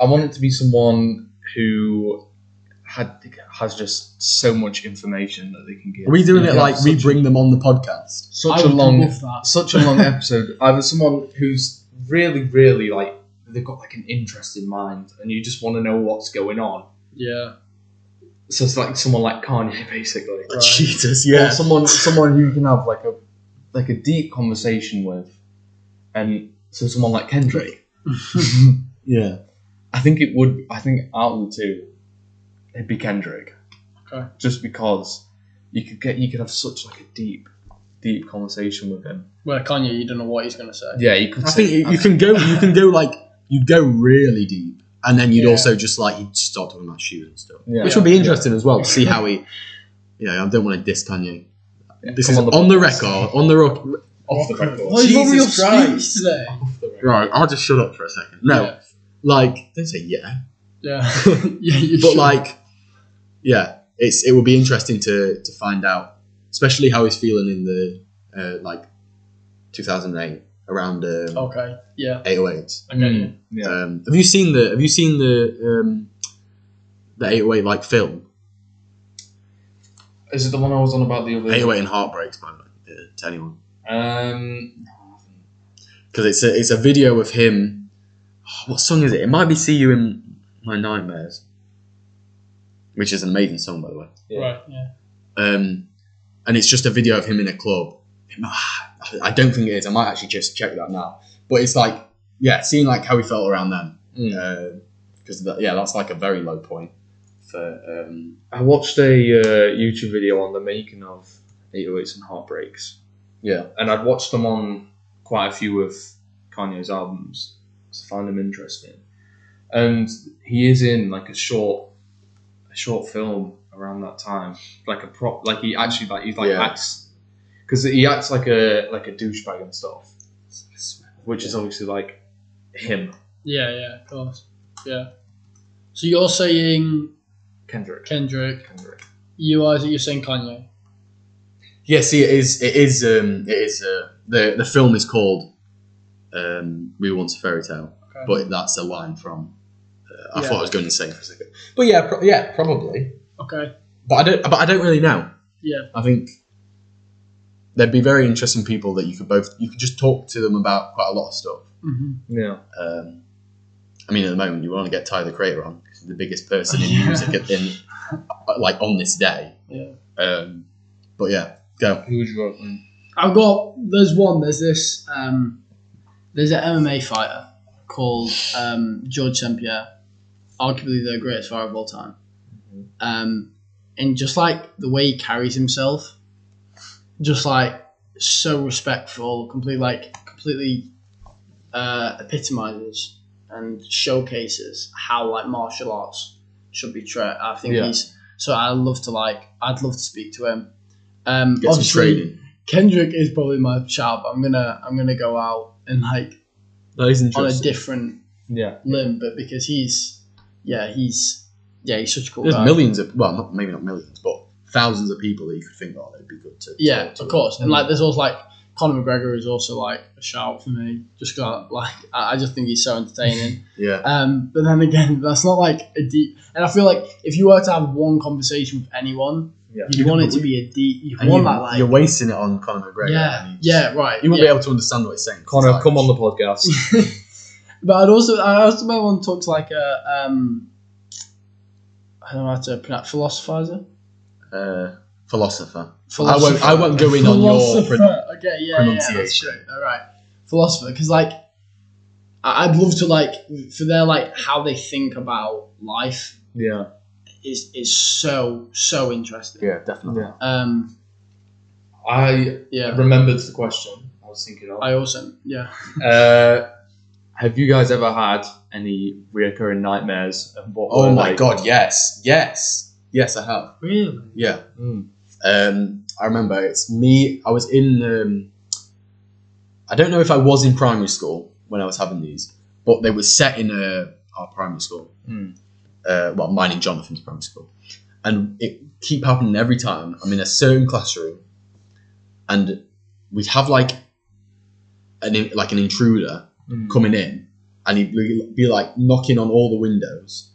Speaker 3: I want it to be someone who had has just so much information that they can give.
Speaker 1: Are we doing
Speaker 3: Yeah.
Speaker 1: it like we
Speaker 3: Such-
Speaker 1: bring them on the (laughs) podcast?
Speaker 3: such
Speaker 2: I
Speaker 3: a
Speaker 2: would
Speaker 3: long
Speaker 2: love
Speaker 1: (laughs)
Speaker 2: that.
Speaker 3: such a
Speaker 2: (laughs)
Speaker 3: long episode. Either someone who's really, really like they've got like an interest in mind, and you just want to know what's going on.
Speaker 2: Yeah.
Speaker 3: So it's like someone like Kanye, (laughs) basically.
Speaker 2: Right.
Speaker 1: Jesus,
Speaker 3: Or someone someone who you can have like a like a deep conversation with, and so someone like Kendrick.
Speaker 1: yeah.
Speaker 3: I think it would. I think out of the two, it'd be Kendrick.
Speaker 2: Okay.
Speaker 3: Just because you could get, you could have such like a deep, deep conversation with him.
Speaker 2: Where Kanye, you don't know what he's gonna say.
Speaker 3: Yeah, you could.
Speaker 1: I think you, you (laughs) can go. You can go like you'd go really deep, and then you'd
Speaker 2: Yeah.
Speaker 1: also just like you'd start talking about shoes and stuff,
Speaker 3: Yeah.
Speaker 1: which
Speaker 2: Yeah.
Speaker 1: would be interesting as well. to See how he. You know, I don't want to diss Kanye. This
Speaker 3: Come
Speaker 1: is on the,
Speaker 3: on the podcast.
Speaker 1: record. On the record.
Speaker 3: off the record.
Speaker 2: Oh, you've got real
Speaker 4: Jesus Christ.
Speaker 2: speech today.
Speaker 1: Right, I'll just shut up for a second. No, like don't say yeah. (laughs)
Speaker 2: Yeah. (laughs) yeah you
Speaker 1: but
Speaker 2: should.
Speaker 1: like yeah it's it will be interesting to to find out especially how he's feeling in the uh, like 2008 around um,
Speaker 2: Okay. Yeah.
Speaker 1: 808
Speaker 2: I get you.
Speaker 3: Hmm, Yeah.
Speaker 1: um, have you seen the have you seen the um, the 808 like film
Speaker 3: Is it the one I was on about the other?
Speaker 1: 808 and heartbreaks by the way uh, to anyone
Speaker 3: Um.
Speaker 1: because it's a it's a video of him (sighs) oh, what song is it it might be see you in my nightmares which is an amazing song by the way
Speaker 3: Yeah.
Speaker 2: Right. Yeah.
Speaker 1: um, and it's just a video of him in a club. It might- (sighs) I don't think it is. I might actually just check that now. But it's like, yeah, seeing like how he felt around them,
Speaker 3: Mm.
Speaker 1: because that, yeah, that's like a very low point for. Um,
Speaker 3: I watched a uh, YouTube video on the making of 808s and Heartbreaks.
Speaker 1: Yeah.
Speaker 3: And I'd watched them on quite a few of Kanye's albums. So I found them interesting. And he is in like a short a short film around that time. Like a prop like he actually like he like
Speaker 1: Yeah.
Speaker 3: acts because he acts like a like a douchebag and stuff. Which is obviously like him,
Speaker 2: Yeah. Yeah. Of course. Yeah. So you're saying
Speaker 3: Kendrick.
Speaker 2: Kendrick.
Speaker 3: Kendrick.
Speaker 2: You are. You're saying Kanye.
Speaker 1: yeah, see, it is. It is. Um, it is. Uh, the the film is called um, "We Once a Fairy Tale,"
Speaker 2: Okay.
Speaker 1: but that's a line from. Uh, I
Speaker 2: Yeah.
Speaker 1: thought I was going to say for a second, but yeah, pro- yeah, probably.
Speaker 2: Okay.
Speaker 1: But I don't. But I don't really know.
Speaker 2: Yeah.
Speaker 1: I think there'd be very interesting people that you could both you could just talk to them about quite a lot of stuff.
Speaker 2: hmm
Speaker 3: Yeah.
Speaker 1: Um, I mean, at the moment, you want to get Ty the Creator on 'cause he's the biggest person (laughs) in
Speaker 2: Yeah.
Speaker 1: music at- in like on this day.
Speaker 2: Yeah.
Speaker 1: Um, but yeah, go.
Speaker 3: Who would you want? Mm.
Speaker 2: I've got. There's one. There's this. Um, there's an MMA fighter called um, George St Pierre, arguably the greatest fighter of all time. Um, and just like the way he carries himself, just like so respectful, completely like completely uh, epitomizes and showcases how like martial arts should be treated. I think
Speaker 3: Yeah.
Speaker 2: he's so. I love to like. I'd love to speak to him. Um,
Speaker 1: Get some
Speaker 2: obviously-
Speaker 1: training.
Speaker 2: Kendrick is probably my shout. But I'm gonna I'm gonna go out and like
Speaker 1: That is
Speaker 2: on a different
Speaker 3: Yeah.
Speaker 2: limb, but because he's yeah he's yeah he's such a cool
Speaker 1: There's
Speaker 2: guy.
Speaker 1: millions of well, not, maybe not millions, but thousands of people that you could think of. It'd be good to.
Speaker 2: yeah,
Speaker 1: talk to
Speaker 2: of course. And like there's also like Conor McGregor is also like a shout for me. Just got like I I just think he's so
Speaker 1: (laughs)
Speaker 2: entertaining.
Speaker 1: Yeah,
Speaker 2: um, but then again, (laughs) that's not like a deep. And I feel like if you were to have one conversation with anyone,
Speaker 3: Yeah.
Speaker 2: you'd want it to be a deep. You
Speaker 1: and
Speaker 2: want
Speaker 1: you,
Speaker 2: that like
Speaker 1: are wasting it on Conor McGregor.
Speaker 2: yeah
Speaker 1: and you just-
Speaker 2: yeah right.
Speaker 1: You won't
Speaker 2: yeah.
Speaker 1: be able to understand what he's saying.
Speaker 3: Connor,
Speaker 1: Like-
Speaker 3: come on the podcast.
Speaker 1: (laughs)
Speaker 2: But I'd also I also might want to talk to like a um I don't know how to pronounce philosophizer.
Speaker 1: uh, philosopher. I
Speaker 2: Philosopher.
Speaker 1: won't. I won't go in on your.
Speaker 2: Philosopher. (laughs)
Speaker 1: pron-
Speaker 2: okay, yeah, yeah, yeah, that's
Speaker 1: pronunciation.
Speaker 2: true. All right, philosopher, because like I- I'd love to like for their like how they think about life
Speaker 3: yeah.
Speaker 2: is is so so interesting.
Speaker 1: Yeah, definitely.
Speaker 3: Yeah.
Speaker 2: Um.
Speaker 3: I I
Speaker 2: Yeah.
Speaker 3: remembered the question I was thinking oh, of.
Speaker 2: I also yeah.
Speaker 3: Uh, have you guys ever had any reoccurring nightmares? And what
Speaker 1: Oh
Speaker 3: were
Speaker 1: my
Speaker 3: they?
Speaker 1: god! Yes, yes, yes. I have.
Speaker 2: Really.
Speaker 1: Yeah.
Speaker 3: Mm.
Speaker 1: Um, I remember it's me. I was in. Um, I don't know if I was in primary school when I was having these, but they were set in uh, our primary school.
Speaker 3: Mm.
Speaker 1: Uh, well, mine and Jonathan's primary school, and it keep happening every time. I'm in a certain classroom, and we'd have like an in- like an intruder
Speaker 2: Hmm.
Speaker 3: Mm.
Speaker 1: coming in, and he'd be- be like knocking on all the windows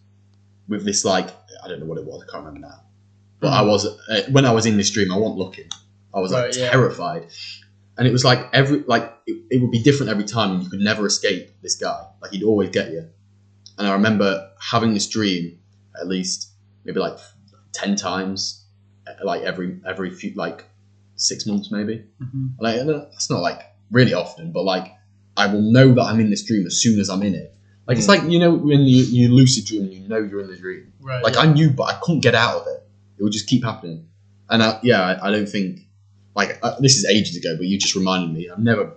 Speaker 1: with this like I don't know what it was, I can't remember now. But I was uh, when I was in this dream, I wasn't looking. I was like
Speaker 2: Hmm. Right, yeah.
Speaker 1: terrified, and it was like every like it, it would be different every time, and you could never escape this guy. Like he'd always get you. And I remember having this dream at least maybe like ten times, uh, like every every few like six months maybe
Speaker 2: hmm
Speaker 1: like that's not like really often, but like I will know that I'm in this dream as soon as I'm in it, Like it's like you know when you you lucid dream, and you know you're in the dream.
Speaker 2: Right.
Speaker 1: Like
Speaker 2: yeah.
Speaker 1: I knew, but I couldn't get out of it. It would just keep happening. And I, yeah, I, I don't think like uh, this is ages ago, but you just reminded me. I've never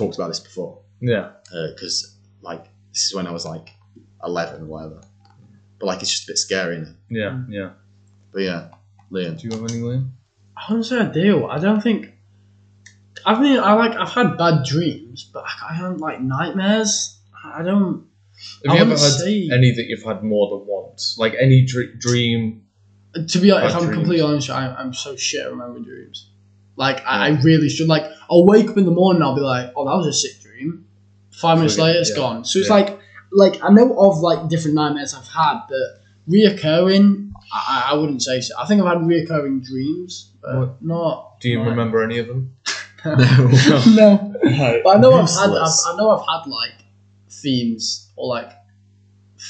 Speaker 1: talked about this before
Speaker 3: Yeah.
Speaker 1: because like this is when I was like eleven or whatever. But like it's just a bit scary. Isn't it?
Speaker 3: Yeah.
Speaker 2: Mm.
Speaker 3: Yeah.
Speaker 1: But yeah,
Speaker 3: (laughs)
Speaker 1: Liam.
Speaker 3: Do you have any Liam?
Speaker 2: Honestly, I do. I don't think. I mean, I like. I've had bad dreams, but I, I don't like nightmares. I don't.
Speaker 3: Have
Speaker 2: I
Speaker 3: you ever
Speaker 2: wouldn't
Speaker 3: had
Speaker 2: say-
Speaker 3: any that you've had more than once? Like any dr- dream?
Speaker 2: To be honest, if
Speaker 3: Bad
Speaker 2: I'm
Speaker 3: dreams.
Speaker 2: completely honest, I, I'm so shit at remembering dreams. Like I, I really should. Like I'll wake up in the morning, I'll be like, "Oh, that was a sick dream." Five minutes
Speaker 3: Forget-
Speaker 2: later, it's
Speaker 3: yeah,
Speaker 2: gone. So it's
Speaker 3: yeah.
Speaker 2: like, like I know of like different nightmares I've had, but reoccurring, I, I I wouldn't say so. I think I've had reoccurring dreams, but
Speaker 3: What? (laughs)
Speaker 2: not. (laughs)
Speaker 3: Do you
Speaker 2: Right.
Speaker 3: remember any of them?
Speaker 1: No.
Speaker 2: no.
Speaker 3: Right.
Speaker 2: But I know I've had, I've,
Speaker 1: Useless.
Speaker 2: I know I've had like themes or like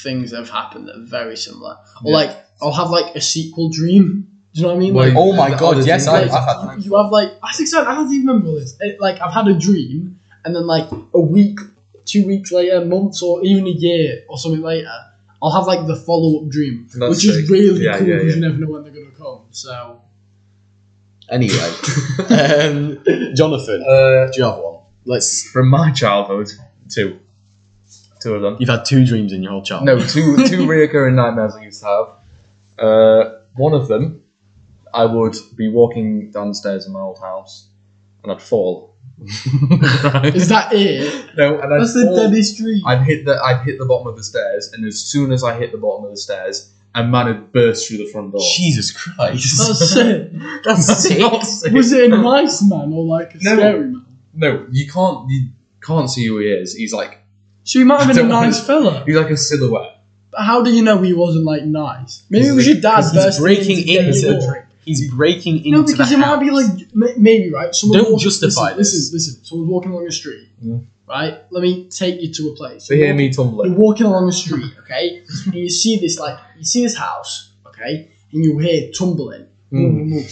Speaker 2: things that have happened that are very similar. Or
Speaker 3: Yeah.
Speaker 2: like I'll have like a sequel dream. Do you know what I mean?
Speaker 3: Well,
Speaker 2: Like,
Speaker 1: oh my god! Yes, I,
Speaker 2: like,
Speaker 1: I've had that.
Speaker 2: you, you have like I think so. I don't even remember this. It- like I've had a dream, and then like a week, two weeks later, months, or even a year or something later, I'll have like the follow up dream,
Speaker 3: That's
Speaker 2: which
Speaker 3: sick.
Speaker 2: is really
Speaker 3: Yeah,
Speaker 2: cool
Speaker 3: yeah,
Speaker 2: because
Speaker 3: yeah.
Speaker 2: you never know when they're gonna come. So
Speaker 1: Anyway, um, Jonathan,
Speaker 3: Uh,
Speaker 1: do you have one? Let's.
Speaker 3: from my childhood, two, two of them.
Speaker 1: You've had two dreams in your whole childhood.
Speaker 3: No, two
Speaker 2: (laughs)
Speaker 3: two reoccurring nightmares I used to have. Uh, one of them, I would be walking downstairs in my old house, and I'd
Speaker 2: (laughs)
Speaker 3: fall.
Speaker 2: is that it?
Speaker 3: no, and I'd
Speaker 2: That's the
Speaker 3: fall-
Speaker 2: deadest dream.
Speaker 3: I'd hit the I'd hit the bottom of the stairs, and as soon as I hit the bottom of the stairs, a man had burst through the front door. (laughs)
Speaker 1: Jesus (laughs) Christ.
Speaker 2: That's it.
Speaker 1: That's sick.
Speaker 3: Not sick.
Speaker 2: (laughs) Was it a nice man or like a
Speaker 3: No.
Speaker 2: scary man?
Speaker 3: No, you can't you can't see who he is. He's like
Speaker 2: So he might have been a
Speaker 3: Don't
Speaker 2: nice fella.
Speaker 3: he's like a silhouette.
Speaker 2: But how do you know he wasn't like nice? Maybe it
Speaker 3: Because
Speaker 2: was your dad
Speaker 1: Because he's
Speaker 2: bursting
Speaker 1: breaking
Speaker 2: in to get
Speaker 1: into
Speaker 2: you
Speaker 1: the
Speaker 2: all.
Speaker 1: drink. He's breaking into
Speaker 2: No,
Speaker 1: the
Speaker 2: because it might be
Speaker 1: house.
Speaker 2: like ma- maybe right. Someone
Speaker 1: Don't
Speaker 2: walks-
Speaker 1: justify
Speaker 2: listen,
Speaker 1: this.
Speaker 2: Listen, listen. Someone's walking along the street,
Speaker 3: Mm.
Speaker 2: right? Let me take you to a place.
Speaker 3: So hear me
Speaker 2: You're
Speaker 3: tumbling.
Speaker 2: walking along the street, okay? and you see this like you see this house, okay? And you hear tumbling,
Speaker 3: Mm.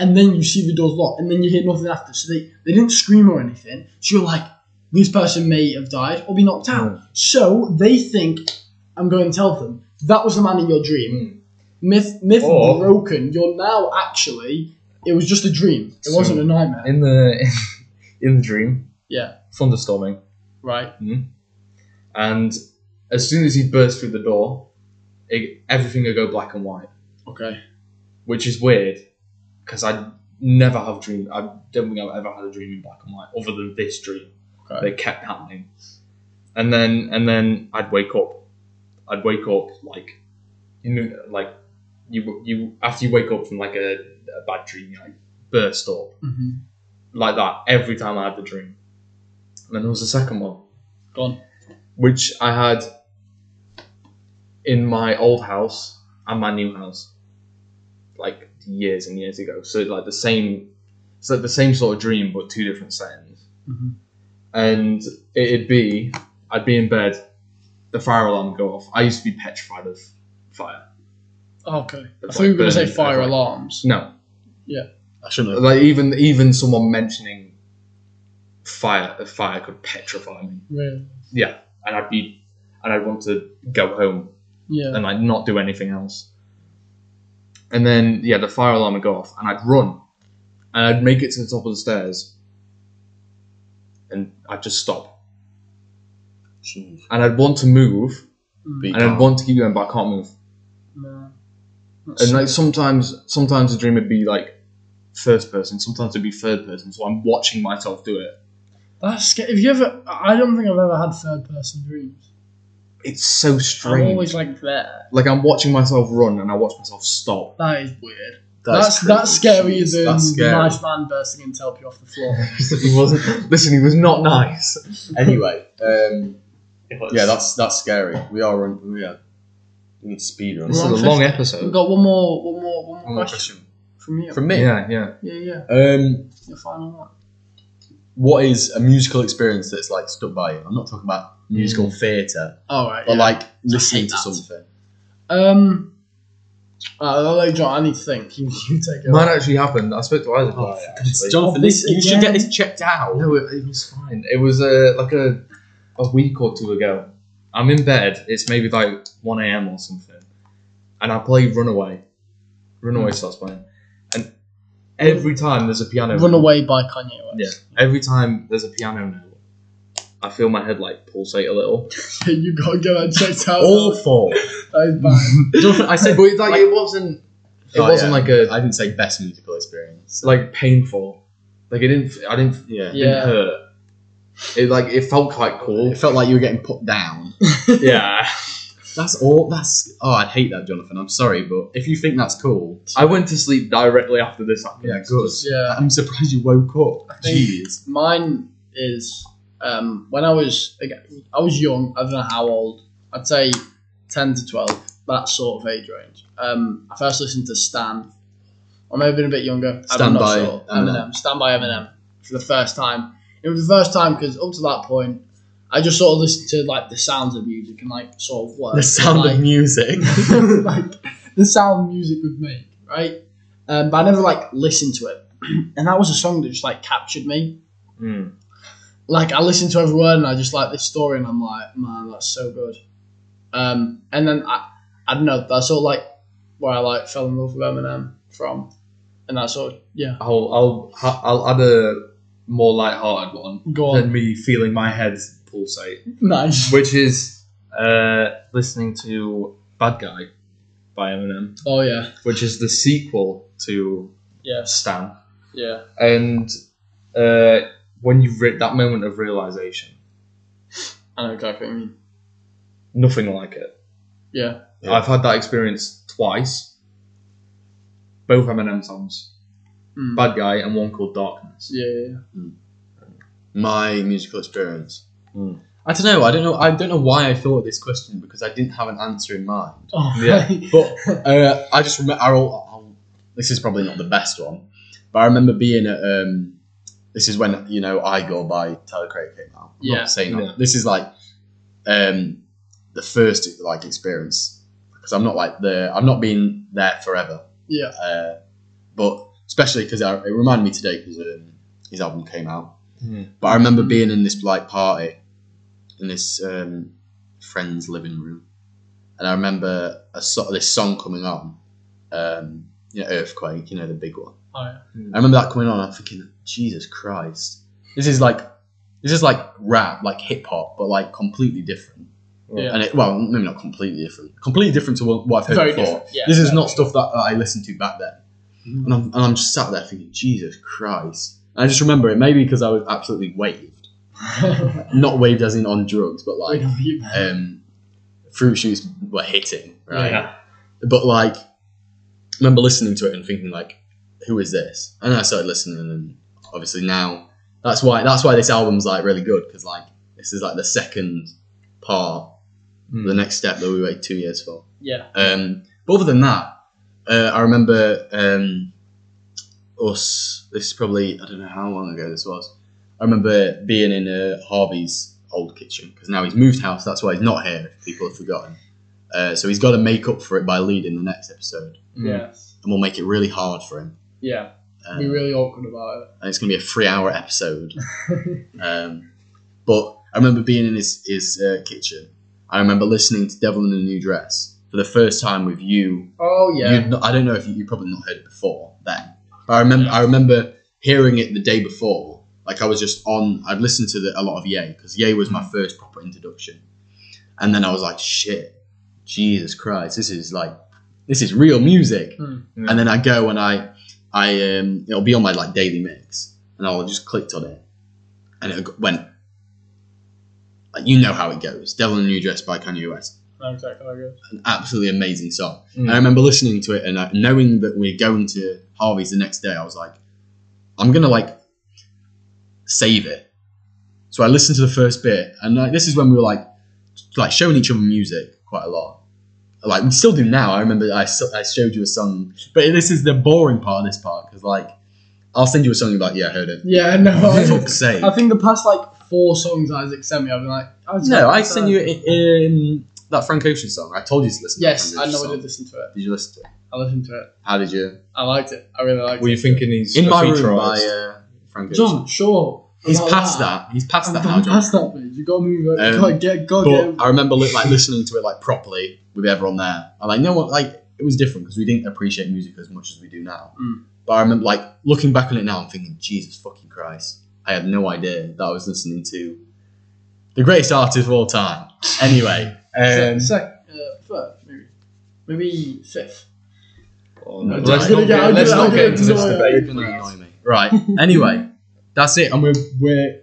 Speaker 2: and then you see the doors locked, and then you hear nothing after. So they, they didn't scream or anything. So you're like, this person may have died or be knocked out.
Speaker 3: Hmm.
Speaker 2: So they think I'm going to tell them that was the man in your dream.
Speaker 3: Mm.
Speaker 2: Myth myth
Speaker 3: Or-
Speaker 2: broken. You're now actually it was just a dream. It
Speaker 3: So-
Speaker 2: wasn't a nightmare.
Speaker 3: In the (laughs) in the dream,
Speaker 2: yeah.
Speaker 3: thunderstorming.
Speaker 2: Right.
Speaker 3: and as soon as he burst through the door, it, everything would go black and white,
Speaker 2: Okay.
Speaker 3: which is weird because I never have dreamed. I don't think I've ever had a dream in black and white other than this dream.
Speaker 2: Okay.
Speaker 3: They kept happening, and then and then I'd wake up. I'd wake up like you know, like you you after you wake up from like a, a bad dream, you like burst up
Speaker 2: Mm-hmm.
Speaker 3: like that every time I had the dream. And then there was a second one
Speaker 2: Gone.
Speaker 3: which I had in my old house and my new house, like years and years ago. So like the same, it's like the same sort of dream but two different settings.
Speaker 2: Mhm.
Speaker 3: And it'd be I'd be in bed, the fire alarm would go off. I used to be petrified of fire.
Speaker 2: Oh, Okay. I
Speaker 3: That's
Speaker 2: thought you were
Speaker 3: like
Speaker 2: gonna say
Speaker 3: burning,
Speaker 2: fire
Speaker 3: like-
Speaker 2: alarms.
Speaker 3: No,
Speaker 1: I shouldn't have.
Speaker 3: like even even someone mentioning fire, fire could petrify me.
Speaker 2: Really?
Speaker 3: Yeah, and I'd be and I'd want to go home
Speaker 2: Yeah.
Speaker 3: and like not do anything else. And then yeah, the fire alarm would go off, and I'd run, and I'd make it to the top of the stairs, and I'd just stop,
Speaker 1: Jeez.
Speaker 3: and I'd want to move,
Speaker 2: Mm.
Speaker 1: Be
Speaker 3: and I'd
Speaker 1: calm.
Speaker 3: want to keep going, but I can't move.
Speaker 2: No. That's
Speaker 3: And like sometimes, sometimes the dream would be like first person, sometimes it'd be third person, so I'm watching myself do it.
Speaker 2: That's scary. If you ever, I I don't think I've ever had third person dreams.
Speaker 3: It's so
Speaker 2: I'm
Speaker 3: strange.
Speaker 2: always like there.
Speaker 3: like I'm watching myself run, and I watch
Speaker 2: (laughs)
Speaker 3: myself stop.
Speaker 2: That is weird.
Speaker 1: That's
Speaker 2: That's that's,
Speaker 1: creepy.
Speaker 2: scarier
Speaker 1: Jeez,
Speaker 2: than
Speaker 1: that's scary.
Speaker 2: the nice man bursting in to help you off the (laughs) floor.
Speaker 3: he wasn't. Listen, he was not nice.
Speaker 1: Anyway, um, yeah, that's that's scary. We are run. We are. We need speed runs.
Speaker 3: This is a
Speaker 2: Wrong
Speaker 3: long
Speaker 2: question.
Speaker 3: episode.
Speaker 2: We've got one more, one more, one more question from you.
Speaker 1: From me.
Speaker 3: Yeah, yeah.
Speaker 2: yeah, yeah,
Speaker 1: Um,
Speaker 2: your final one.
Speaker 1: what is a musical experience that's like stuck by you? I'm not talking about musical theatre,
Speaker 2: All right.
Speaker 1: but
Speaker 2: yeah.
Speaker 1: like listening
Speaker 2: hate
Speaker 1: to
Speaker 2: that.
Speaker 1: something.
Speaker 2: um, uh, I'll let John. I need to think. You, you take it.
Speaker 3: Mine actually happened. I spoke to Isaac
Speaker 1: Oh,
Speaker 3: about it.
Speaker 1: it's
Speaker 3: Actually.
Speaker 1: Jonathan, this, you should get this checked out.
Speaker 3: No, it, it was fine. It was uh, like a a week or two ago. I'm in bed. It's maybe like 1 a.m. or something, and I play Runaway. Runaway starts playing, and every time there's a piano.
Speaker 2: Run away by Kanye West.
Speaker 3: Yeah. Every time there's a piano note, I feel my head like pulsate a little.
Speaker 2: (laughs) you gotta get that (laughs) checked out.
Speaker 3: (laughs)
Speaker 1: Awful.
Speaker 2: That is bad.
Speaker 1: I said,
Speaker 3: but like, Oh,
Speaker 1: like-
Speaker 3: it wasn't. It wasn't like a
Speaker 1: I didn't say best musical experience.
Speaker 3: like painful. Like it didn't. I didn't.
Speaker 1: Yeah.
Speaker 3: It
Speaker 2: Yeah.
Speaker 3: didn't hurt. It like it felt quite cool.
Speaker 1: (laughs) It felt like you were getting put down.
Speaker 3: yeah.
Speaker 1: That's all. That's oh, I'd hate that, Jonathan. I'm sorry, but if you think that's cool,
Speaker 3: I went to sleep directly after this happened.
Speaker 1: yeah, good.
Speaker 2: Yeah.
Speaker 1: I'm surprised you woke up.
Speaker 2: think-
Speaker 1: Jeez.
Speaker 2: Mine is um, when I was I was young. I don't know how old. I'd say ten to twelve. That sort of age range. Um, I first listened to Stan. I may have been a bit younger.
Speaker 1: Stand
Speaker 2: I'm not
Speaker 1: by
Speaker 2: sure.
Speaker 1: Eminem.
Speaker 2: Eminem. Stand by Eminem for the first time. It was the first time because up to that point, I just sort of listened to like the sounds of music and like sort of words.
Speaker 1: The sound
Speaker 2: like,
Speaker 1: of music.
Speaker 2: (laughs) like the sound music would make, right? Um, but I never like listened to it, (clears throat) and that was a song that just like captured me.
Speaker 3: Mm.
Speaker 2: Like I listened to every word, and I just like this story, and I'm like, man, that's so good. Um, and then I, I don't know, that's all like where I like fell in love with Eminem from, and that's all. Yeah,
Speaker 3: I'll I'll ha- I'll add a more light-hearted one
Speaker 2: go (laughs)
Speaker 3: than
Speaker 2: on,
Speaker 3: me feeling my head pulsate,
Speaker 2: nice.
Speaker 3: which is uh, listening to "Bad Guy" by Eminem,
Speaker 2: Oh yeah,
Speaker 3: which is the sequel to
Speaker 2: yes,
Speaker 3: Stan.
Speaker 2: yeah,
Speaker 3: And uh, when you re- that moment of realization,
Speaker 2: I know exactly what you mean.
Speaker 3: nothing like it.
Speaker 2: Yeah,
Speaker 1: Yeah.
Speaker 3: I've had that experience twice. Both Eminem songs,
Speaker 2: Mm.
Speaker 3: "Bad Guy" and one called "Darkness."
Speaker 2: yeah, yeah, yeah.
Speaker 1: (laughs) My musical experience.
Speaker 3: Hmm.
Speaker 1: I don't know. I don't know. I don't know why I thought of this question because I didn't have an answer in mind.
Speaker 2: Oh,
Speaker 3: Yeah.
Speaker 2: right.
Speaker 1: But uh, I just remember. I will- I'll- this is probably not the best one, but I remember being at. Um, this is when you know I go by Tyler Craig came out. I'm
Speaker 2: Yeah.
Speaker 1: Not saying
Speaker 3: Yeah.
Speaker 1: that. This is like um, the first like experience because I'm not like there. I've not been there forever.
Speaker 2: yeah,
Speaker 1: Uh, but especially because it reminded me today because um, his album came out.
Speaker 3: Hmm.
Speaker 1: But I remember being in this like party in this um, friend's living room, and I remember a so- this song coming on, um, you know, earthquake, you know, the big one.
Speaker 2: oh, (laughs) yeah.
Speaker 1: I remember that coming on. I'm thinking, Jesus Christ, this is like this is like rap, like hip hop, but like completely different.
Speaker 2: Yeah.
Speaker 1: And it, well, maybe not completely different. Completely different to what, what I've heard
Speaker 2: very
Speaker 1: before
Speaker 2: different. Yeah,
Speaker 1: this is
Speaker 2: very
Speaker 1: not stuff that, that I listened to back then. And, I'm, and I'm just sat there thinking, Jesus Christ. And I just remember it, maybe because I was absolutely waved.
Speaker 2: (laughs) different.
Speaker 1: Not waved as in on drugs,
Speaker 2: (laughs)
Speaker 1: but like
Speaker 2: Wait, Oh, you-
Speaker 1: um, fruit shoots were hitting, right?
Speaker 2: Yeah.
Speaker 1: But like, I remember listening to it and thinking, like, who is this? And I started listening, and obviously now that's why that's why this album's like really good because like this is like the second part,
Speaker 3: Hmm.
Speaker 1: the next step that we waited two years for.
Speaker 2: yeah.
Speaker 1: Um, but other than that, uh, I remember um, us. This is probably I don't know how long ago this was. I remember being in uh, Harvey's old kitchen because now he's moved house. That's why he's not here. If people have forgotten, uh, so he's got to make up for it by leading the next episode,
Speaker 2: Mm. Yes.
Speaker 1: and we'll make it really hard for him.
Speaker 2: Yeah.
Speaker 1: Um,
Speaker 2: Be really awkward about it.
Speaker 1: and it's going to be a three-hour episode. (laughs) um, but I remember being in his his uh, kitchen. I remember listening to "Devil in a New Dress" for the first time with you
Speaker 2: Oh yeah.
Speaker 1: You'd not, I don't know if you, you probably not heard it before then. But I remember I remember hearing it the day before. Like I was just on. I'd listened to the, a lot of Ye because Ye was my first proper introduction, and then I was like, shit, Jesus Christ, this is like this is real music.
Speaker 2: Hmm.
Speaker 3: Yeah.
Speaker 1: And then I go and I I um it'll be on my like daily mix, and I just clicked on it, and it g- went. Like, you know how it goes. Devil in a New Dress by Kanye West
Speaker 2: No, exactly how it goes.
Speaker 1: an absolutely amazing song.
Speaker 3: Mm.
Speaker 2: Hmm.
Speaker 1: And I remember listening to it and uh, knowing that we're going to Harvey's the next day. I was like, I'm gonna like save it. So I listened to the first bit, and like this is when we were like, like showing each other music quite a lot. Like we still do now. I remember I, s- I showed you a song, but this is the boring part of this part because like I'll send you a song. You're like, yeah,
Speaker 2: (laughs)
Speaker 1: I heard it.
Speaker 2: Yeah, no. I,
Speaker 1: Fuck's sake.
Speaker 2: I think the past like four songs Isaac sent me, I've been like, oh, I was
Speaker 1: No,
Speaker 2: like,
Speaker 1: I sent you i- um, that Frank Ocean song. I told you to listen.
Speaker 2: Yes,
Speaker 1: to that
Speaker 2: I
Speaker 1: Frank
Speaker 2: know.
Speaker 1: Ocean
Speaker 2: I
Speaker 1: song.
Speaker 2: did listen to it.
Speaker 1: Did you listen to it?
Speaker 2: I listened to it.
Speaker 1: How did you?
Speaker 2: I liked it. I really liked
Speaker 3: Were you
Speaker 2: it.
Speaker 3: thinking he's
Speaker 1: in
Speaker 3: a
Speaker 1: my room
Speaker 3: feature
Speaker 1: by
Speaker 3: artist?
Speaker 1: uh, Frank Ocean.
Speaker 2: John, sure.
Speaker 1: He's
Speaker 2: about
Speaker 1: past
Speaker 2: that.
Speaker 1: that. He's past
Speaker 2: I'm
Speaker 1: that now,
Speaker 2: gone
Speaker 1: John.
Speaker 2: past that page. You gotta move it.
Speaker 1: Um,
Speaker 2: gotta get, gotta get.
Speaker 1: But I remember li- like listening to it like properly with everyone there, and like no one like it was different because we didn't appreciate music as much as we do now.
Speaker 2: Mm.
Speaker 1: But I remember like looking back on it now and thinking, Jesus fucking Christ, I had no idea that I was listening to the greatest artist of all time. Anyway, um,
Speaker 2: Sec- sec- uh, first, maybe, maybe fifth.
Speaker 1: oh,
Speaker 3: No,
Speaker 1: no,
Speaker 3: let's
Speaker 1: don't-
Speaker 3: not get-
Speaker 1: don't-
Speaker 3: let's
Speaker 1: don't
Speaker 3: not get into this
Speaker 1: annoyed.
Speaker 3: debate,
Speaker 1: You're gonna annoy me. Right. Anyway, that's it, and we're we're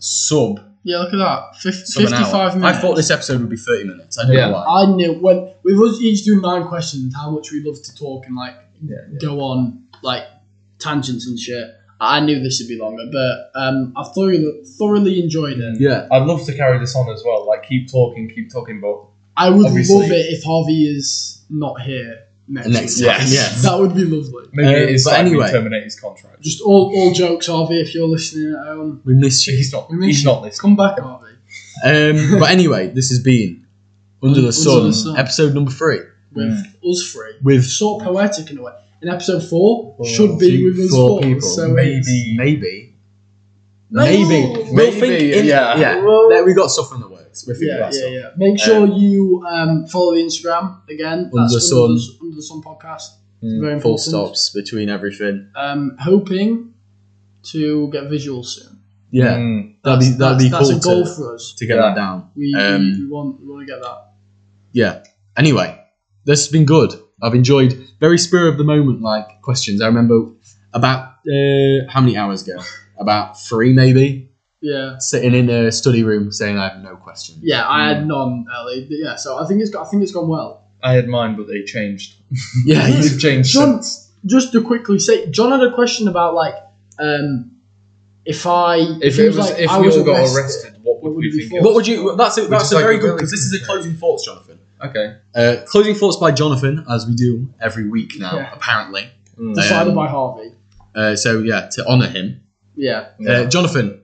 Speaker 1: sub
Speaker 2: Yeah, look at that. Fif-
Speaker 1: sub an hour.
Speaker 2: Fifty-five minutes.
Speaker 1: I thought this episode would be thirty minutes. I don't
Speaker 3: Yeah.
Speaker 1: know why.
Speaker 2: I knew when we was each doing nine questions. How much we love to talk and like
Speaker 3: Yeah, yeah.
Speaker 2: go on like tangents and shit. I knew this would be longer, but um, I've thoroughly thoroughly enjoyed it.
Speaker 1: Yeah.
Speaker 3: I'd love to carry this on as well. Like, keep talking, keep talking, but
Speaker 2: I would
Speaker 3: Obviously.
Speaker 2: love it if Harvey is not here next.
Speaker 1: Next
Speaker 2: week.
Speaker 1: time, yeah.
Speaker 2: (laughs) that would be lovely.
Speaker 3: maybe
Speaker 1: Um,
Speaker 3: it is
Speaker 1: but
Speaker 3: time
Speaker 1: anyway.
Speaker 3: we terminate his contract.
Speaker 2: Just all all jokes, Harvey. If you're listening at home,
Speaker 1: We missed you.
Speaker 3: he's not.
Speaker 2: We miss
Speaker 3: He's
Speaker 2: you.
Speaker 3: not
Speaker 2: come
Speaker 3: listening.
Speaker 2: back, Harvey.
Speaker 1: (laughs) Um, but anyway, this has been Under
Speaker 2: Under
Speaker 1: the,
Speaker 2: the
Speaker 1: Sun,
Speaker 2: Sun.
Speaker 1: episode number three.
Speaker 2: With us three,
Speaker 1: With
Speaker 2: so poetic in a way. And episode four
Speaker 3: Four,
Speaker 2: should be
Speaker 1: two,
Speaker 2: with us
Speaker 1: four
Speaker 2: four.
Speaker 1: people.
Speaker 2: So it's-
Speaker 3: Maybe.
Speaker 1: maybe,
Speaker 2: No.
Speaker 1: maybe, we'll
Speaker 3: Maybe,
Speaker 1: think in-
Speaker 3: yeah.
Speaker 1: yeah.
Speaker 2: Whoa.
Speaker 1: There, we got stuff in the works. We're thinking
Speaker 2: Yeah,
Speaker 1: about
Speaker 2: yeah,
Speaker 1: stuff.
Speaker 2: yeah. Make sure you um, follow the Instagram again.
Speaker 1: Under the
Speaker 2: That's
Speaker 1: Sun.
Speaker 2: Under, the, Under the Sun podcast. It's
Speaker 3: Mm,
Speaker 2: very important.
Speaker 1: Full stops between everything.
Speaker 2: Um, hoping to get visuals soon.
Speaker 1: Yeah,
Speaker 3: Mm.
Speaker 1: that'd be
Speaker 2: That's-
Speaker 1: that'd be
Speaker 2: that's,
Speaker 1: cool
Speaker 2: That's a goal
Speaker 1: to,
Speaker 2: for us.
Speaker 1: to get
Speaker 3: Yeah.
Speaker 1: that down.
Speaker 2: We,
Speaker 1: Um,
Speaker 2: we, we want we want to get that.
Speaker 1: Yeah. Anyway, this has been good. I've enjoyed very spur of the moment like questions. I remember about uh, how many hours ago? About three maybe.
Speaker 2: Yeah.
Speaker 1: Sitting in a study room saying I have no questions.
Speaker 2: Yeah, I
Speaker 1: Mm.
Speaker 2: had none early. But yeah, so I think it's got, I think it's gone well.
Speaker 3: I had mine, but they changed.
Speaker 1: (laughs) Yeah, you-
Speaker 3: They've changed
Speaker 2: John,
Speaker 3: since.
Speaker 2: just to quickly say, John had a question about like um, if I
Speaker 3: If
Speaker 2: he
Speaker 3: it was,
Speaker 2: like,
Speaker 3: if
Speaker 2: I
Speaker 3: we
Speaker 2: was
Speaker 3: all got arrested, what
Speaker 2: what
Speaker 3: would
Speaker 2: would
Speaker 3: we
Speaker 2: we
Speaker 3: think?
Speaker 2: feel?
Speaker 3: it
Speaker 1: What would you? That's a,
Speaker 3: Which
Speaker 1: that's
Speaker 3: is
Speaker 1: a
Speaker 3: like
Speaker 1: very
Speaker 3: a
Speaker 1: good
Speaker 3: really
Speaker 1: because this is a
Speaker 3: good
Speaker 1: closing thoughts, Jonathan.
Speaker 3: was? Okay.
Speaker 1: Uh, closing thoughts by Jonathan, as we do every week now,
Speaker 2: Yeah.
Speaker 1: apparently.
Speaker 3: Mm.
Speaker 2: decided
Speaker 1: Um,
Speaker 2: by Harvey.
Speaker 1: Uh, so yeah, to honour him,
Speaker 2: Yeah.
Speaker 1: uh, Jonathan.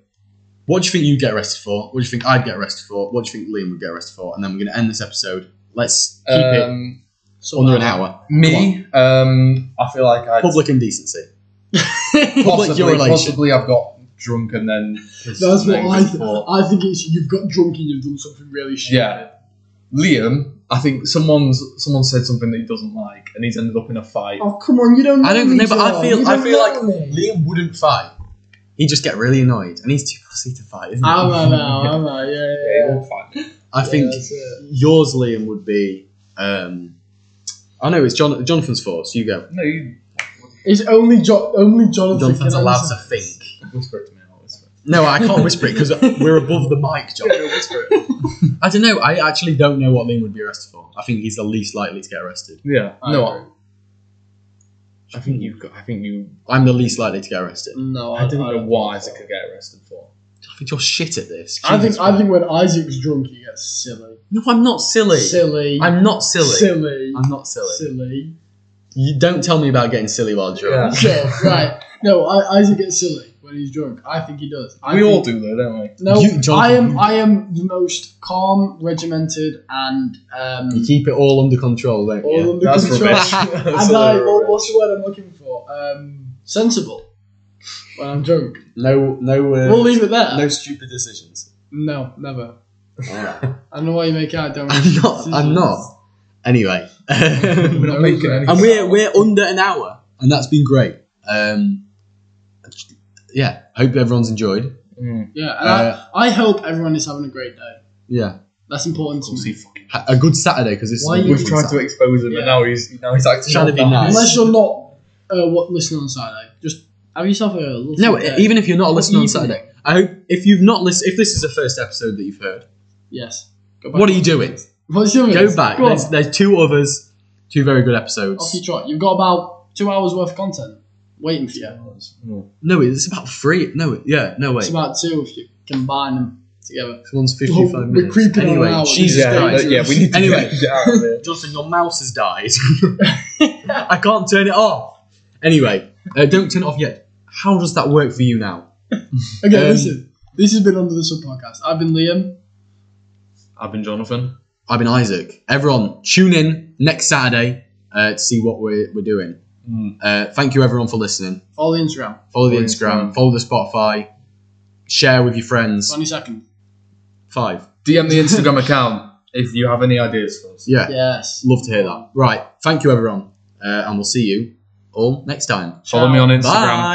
Speaker 1: What do you think you'd get arrested for? What do you think I'd get arrested for? What do you think Liam would get arrested for? And then we're going to end this episode. Let's keep it
Speaker 3: Um,
Speaker 2: So
Speaker 1: under an hour.
Speaker 3: me, um, I feel like I
Speaker 1: Public
Speaker 3: (laughs)
Speaker 1: indecency. Public
Speaker 3: possibly,
Speaker 1: urination.
Speaker 3: possibly I've got drunk and then
Speaker 2: That's what I think.
Speaker 3: thought.
Speaker 2: I think it's you've got drunk and you've done something really shit.
Speaker 3: Yeah, Liam. I think someone's someone said something that he doesn't like, and he's ended up in a fight.
Speaker 2: Oh come on, you don't.
Speaker 1: I don't
Speaker 2: know,
Speaker 1: know, but I
Speaker 2: John.
Speaker 1: feel
Speaker 2: You
Speaker 1: I
Speaker 2: don't
Speaker 1: feel like
Speaker 2: know me.
Speaker 1: Liam wouldn't fight. He'd just get really annoyed, and he's too fussy to fight, isn't he?
Speaker 2: I'm a now. I'm a yeah.
Speaker 3: Yeah, he
Speaker 2: yeah, yeah.
Speaker 3: won't fight me.
Speaker 1: I think
Speaker 2: that's it.
Speaker 1: yours, Liam, would be. Um, I know it's John, Jonathan's force. You go.
Speaker 3: No, you
Speaker 2: It's only jo- only Jonathan.
Speaker 1: Jonathan's
Speaker 2: can
Speaker 1: allowed
Speaker 2: answer.
Speaker 1: to think.
Speaker 3: whisper it to me. I'll whisper. it.
Speaker 1: No, I can't whisper it
Speaker 2: (laughs)
Speaker 1: because we're above the mic, John.
Speaker 3: Yeah, whisper it.
Speaker 1: I don't know. I actually don't know what Liam would be arrested for. I think he's the least likely to get arrested.
Speaker 3: yeah.
Speaker 2: I
Speaker 3: no,
Speaker 2: agree.
Speaker 3: I think you. got- I think you.
Speaker 1: I'm the least likely to get arrested.
Speaker 2: No,
Speaker 3: I didn't know what
Speaker 2: think
Speaker 3: Isaac could get arrested for.
Speaker 1: I think you're shit at this.
Speaker 2: so. I
Speaker 1: Jesus
Speaker 2: think I
Speaker 1: Christ.
Speaker 2: think when Isaac's drunk, he gets silly.
Speaker 1: No, I'm not silly.
Speaker 2: Silly.
Speaker 1: I'm not silly.
Speaker 2: Silly.
Speaker 1: I'm not silly.
Speaker 2: Silly.
Speaker 1: You don't tell me about getting silly while drunk.
Speaker 2: So, right. No, I, Isaac gets silly when he's drunk. I think he does. I
Speaker 3: we
Speaker 2: think,
Speaker 3: all do, though, don't we?
Speaker 2: No,
Speaker 1: You, Jonathan,
Speaker 2: I am.
Speaker 1: you-
Speaker 2: I am the most calm, regimented, and um,
Speaker 1: You keep it all under control, don't
Speaker 2: all
Speaker 1: you?
Speaker 2: under
Speaker 3: That's
Speaker 2: control.
Speaker 3: rubbish. (laughs) That's
Speaker 2: and I,
Speaker 3: utter
Speaker 2: what,
Speaker 3: rubbish.
Speaker 2: what's the word I'm looking for? Um, sensible. When I'm drunk,
Speaker 1: No, no. Uh,
Speaker 2: we'll
Speaker 1: (laughs)
Speaker 2: leave it there.
Speaker 1: no
Speaker 2: No,
Speaker 1: stupid decisions.
Speaker 2: never.
Speaker 1: All right.
Speaker 2: I don't know why you make out. Don't
Speaker 1: I'm
Speaker 2: make
Speaker 1: not. I'm
Speaker 2: decisions.
Speaker 1: not. Anyway,
Speaker 3: We're
Speaker 1: (laughs) and
Speaker 3: not making any.
Speaker 1: we're we're under an hour, and that's been great. Um, yeah, hope everyone's enjoyed.
Speaker 2: (laughs)
Speaker 3: Mm.
Speaker 2: Yeah, and
Speaker 1: Uh,
Speaker 2: I, I hope everyone is having a great day.
Speaker 1: yeah,
Speaker 2: That's important to me.
Speaker 1: Ha- a good Saturday because this
Speaker 2: Why are
Speaker 1: is a
Speaker 2: you-
Speaker 1: we've
Speaker 3: We've tried to expose him,
Speaker 2: Yeah.
Speaker 3: and now he's now he's acting.
Speaker 1: Trying to
Speaker 3: all
Speaker 1: be nice.
Speaker 2: Unless you're not uh, what listening on Saturday, just have yourself a little
Speaker 1: No,
Speaker 2: day.
Speaker 1: even if you're not
Speaker 2: What
Speaker 1: listening on
Speaker 2: evening?
Speaker 1: Saturday, I hope if you've not listened, if this is the first episode that you've heard,
Speaker 2: yes. Go
Speaker 1: what
Speaker 2: (laughs)
Speaker 1: are you doing?
Speaker 2: What's your
Speaker 1: Go back.
Speaker 2: Go on.
Speaker 1: There's, there's two others, two very good
Speaker 2: Off you
Speaker 1: episodes.
Speaker 2: trot. You've got about two hours worth of content waiting for you.
Speaker 3: Mm.
Speaker 1: No, it's about three. No, yeah, no wait.
Speaker 2: It's about two if you combine them together.
Speaker 1: Someone's
Speaker 2: Oh,
Speaker 1: 55
Speaker 2: we're
Speaker 1: minutes.
Speaker 2: creeping on
Speaker 1: anyway,
Speaker 2: an hour.
Speaker 1: Jesus
Speaker 3: yeah,
Speaker 1: Christ.
Speaker 3: no, yeah, we need to
Speaker 1: Anyway.
Speaker 3: get, get out of
Speaker 2: (laughs)
Speaker 3: here.
Speaker 1: Jonathan, your mouse has died. (laughs) I can't turn it off. Anyway, uh, don't turn it off yet. How does that work for you now?
Speaker 2: Okay,
Speaker 1: Um,
Speaker 2: listen. This has been Under the Sub podcast. I've been Liam.
Speaker 3: (laughs) I've been Jonathan.
Speaker 1: I've been Isaac. Everyone, tune in next Saturday uh, to see what we're, we're doing.
Speaker 3: Mm.
Speaker 1: Uh, thank you, everyone, for listening.
Speaker 2: Follow the Instagram.
Speaker 1: Follow the
Speaker 3: Follow
Speaker 1: Instagram,
Speaker 3: Instagram.
Speaker 1: follow the Spotify. Share with your friends.
Speaker 2: Twenty second.
Speaker 1: Five.
Speaker 3: DM the Instagram account if you have any ideas for us.
Speaker 1: Yeah.
Speaker 2: Yes.
Speaker 1: Love to hear that. Right. Thank you, everyone. Uh, and we'll see you all next time.
Speaker 3: Follow me on Instagram.
Speaker 1: Bye.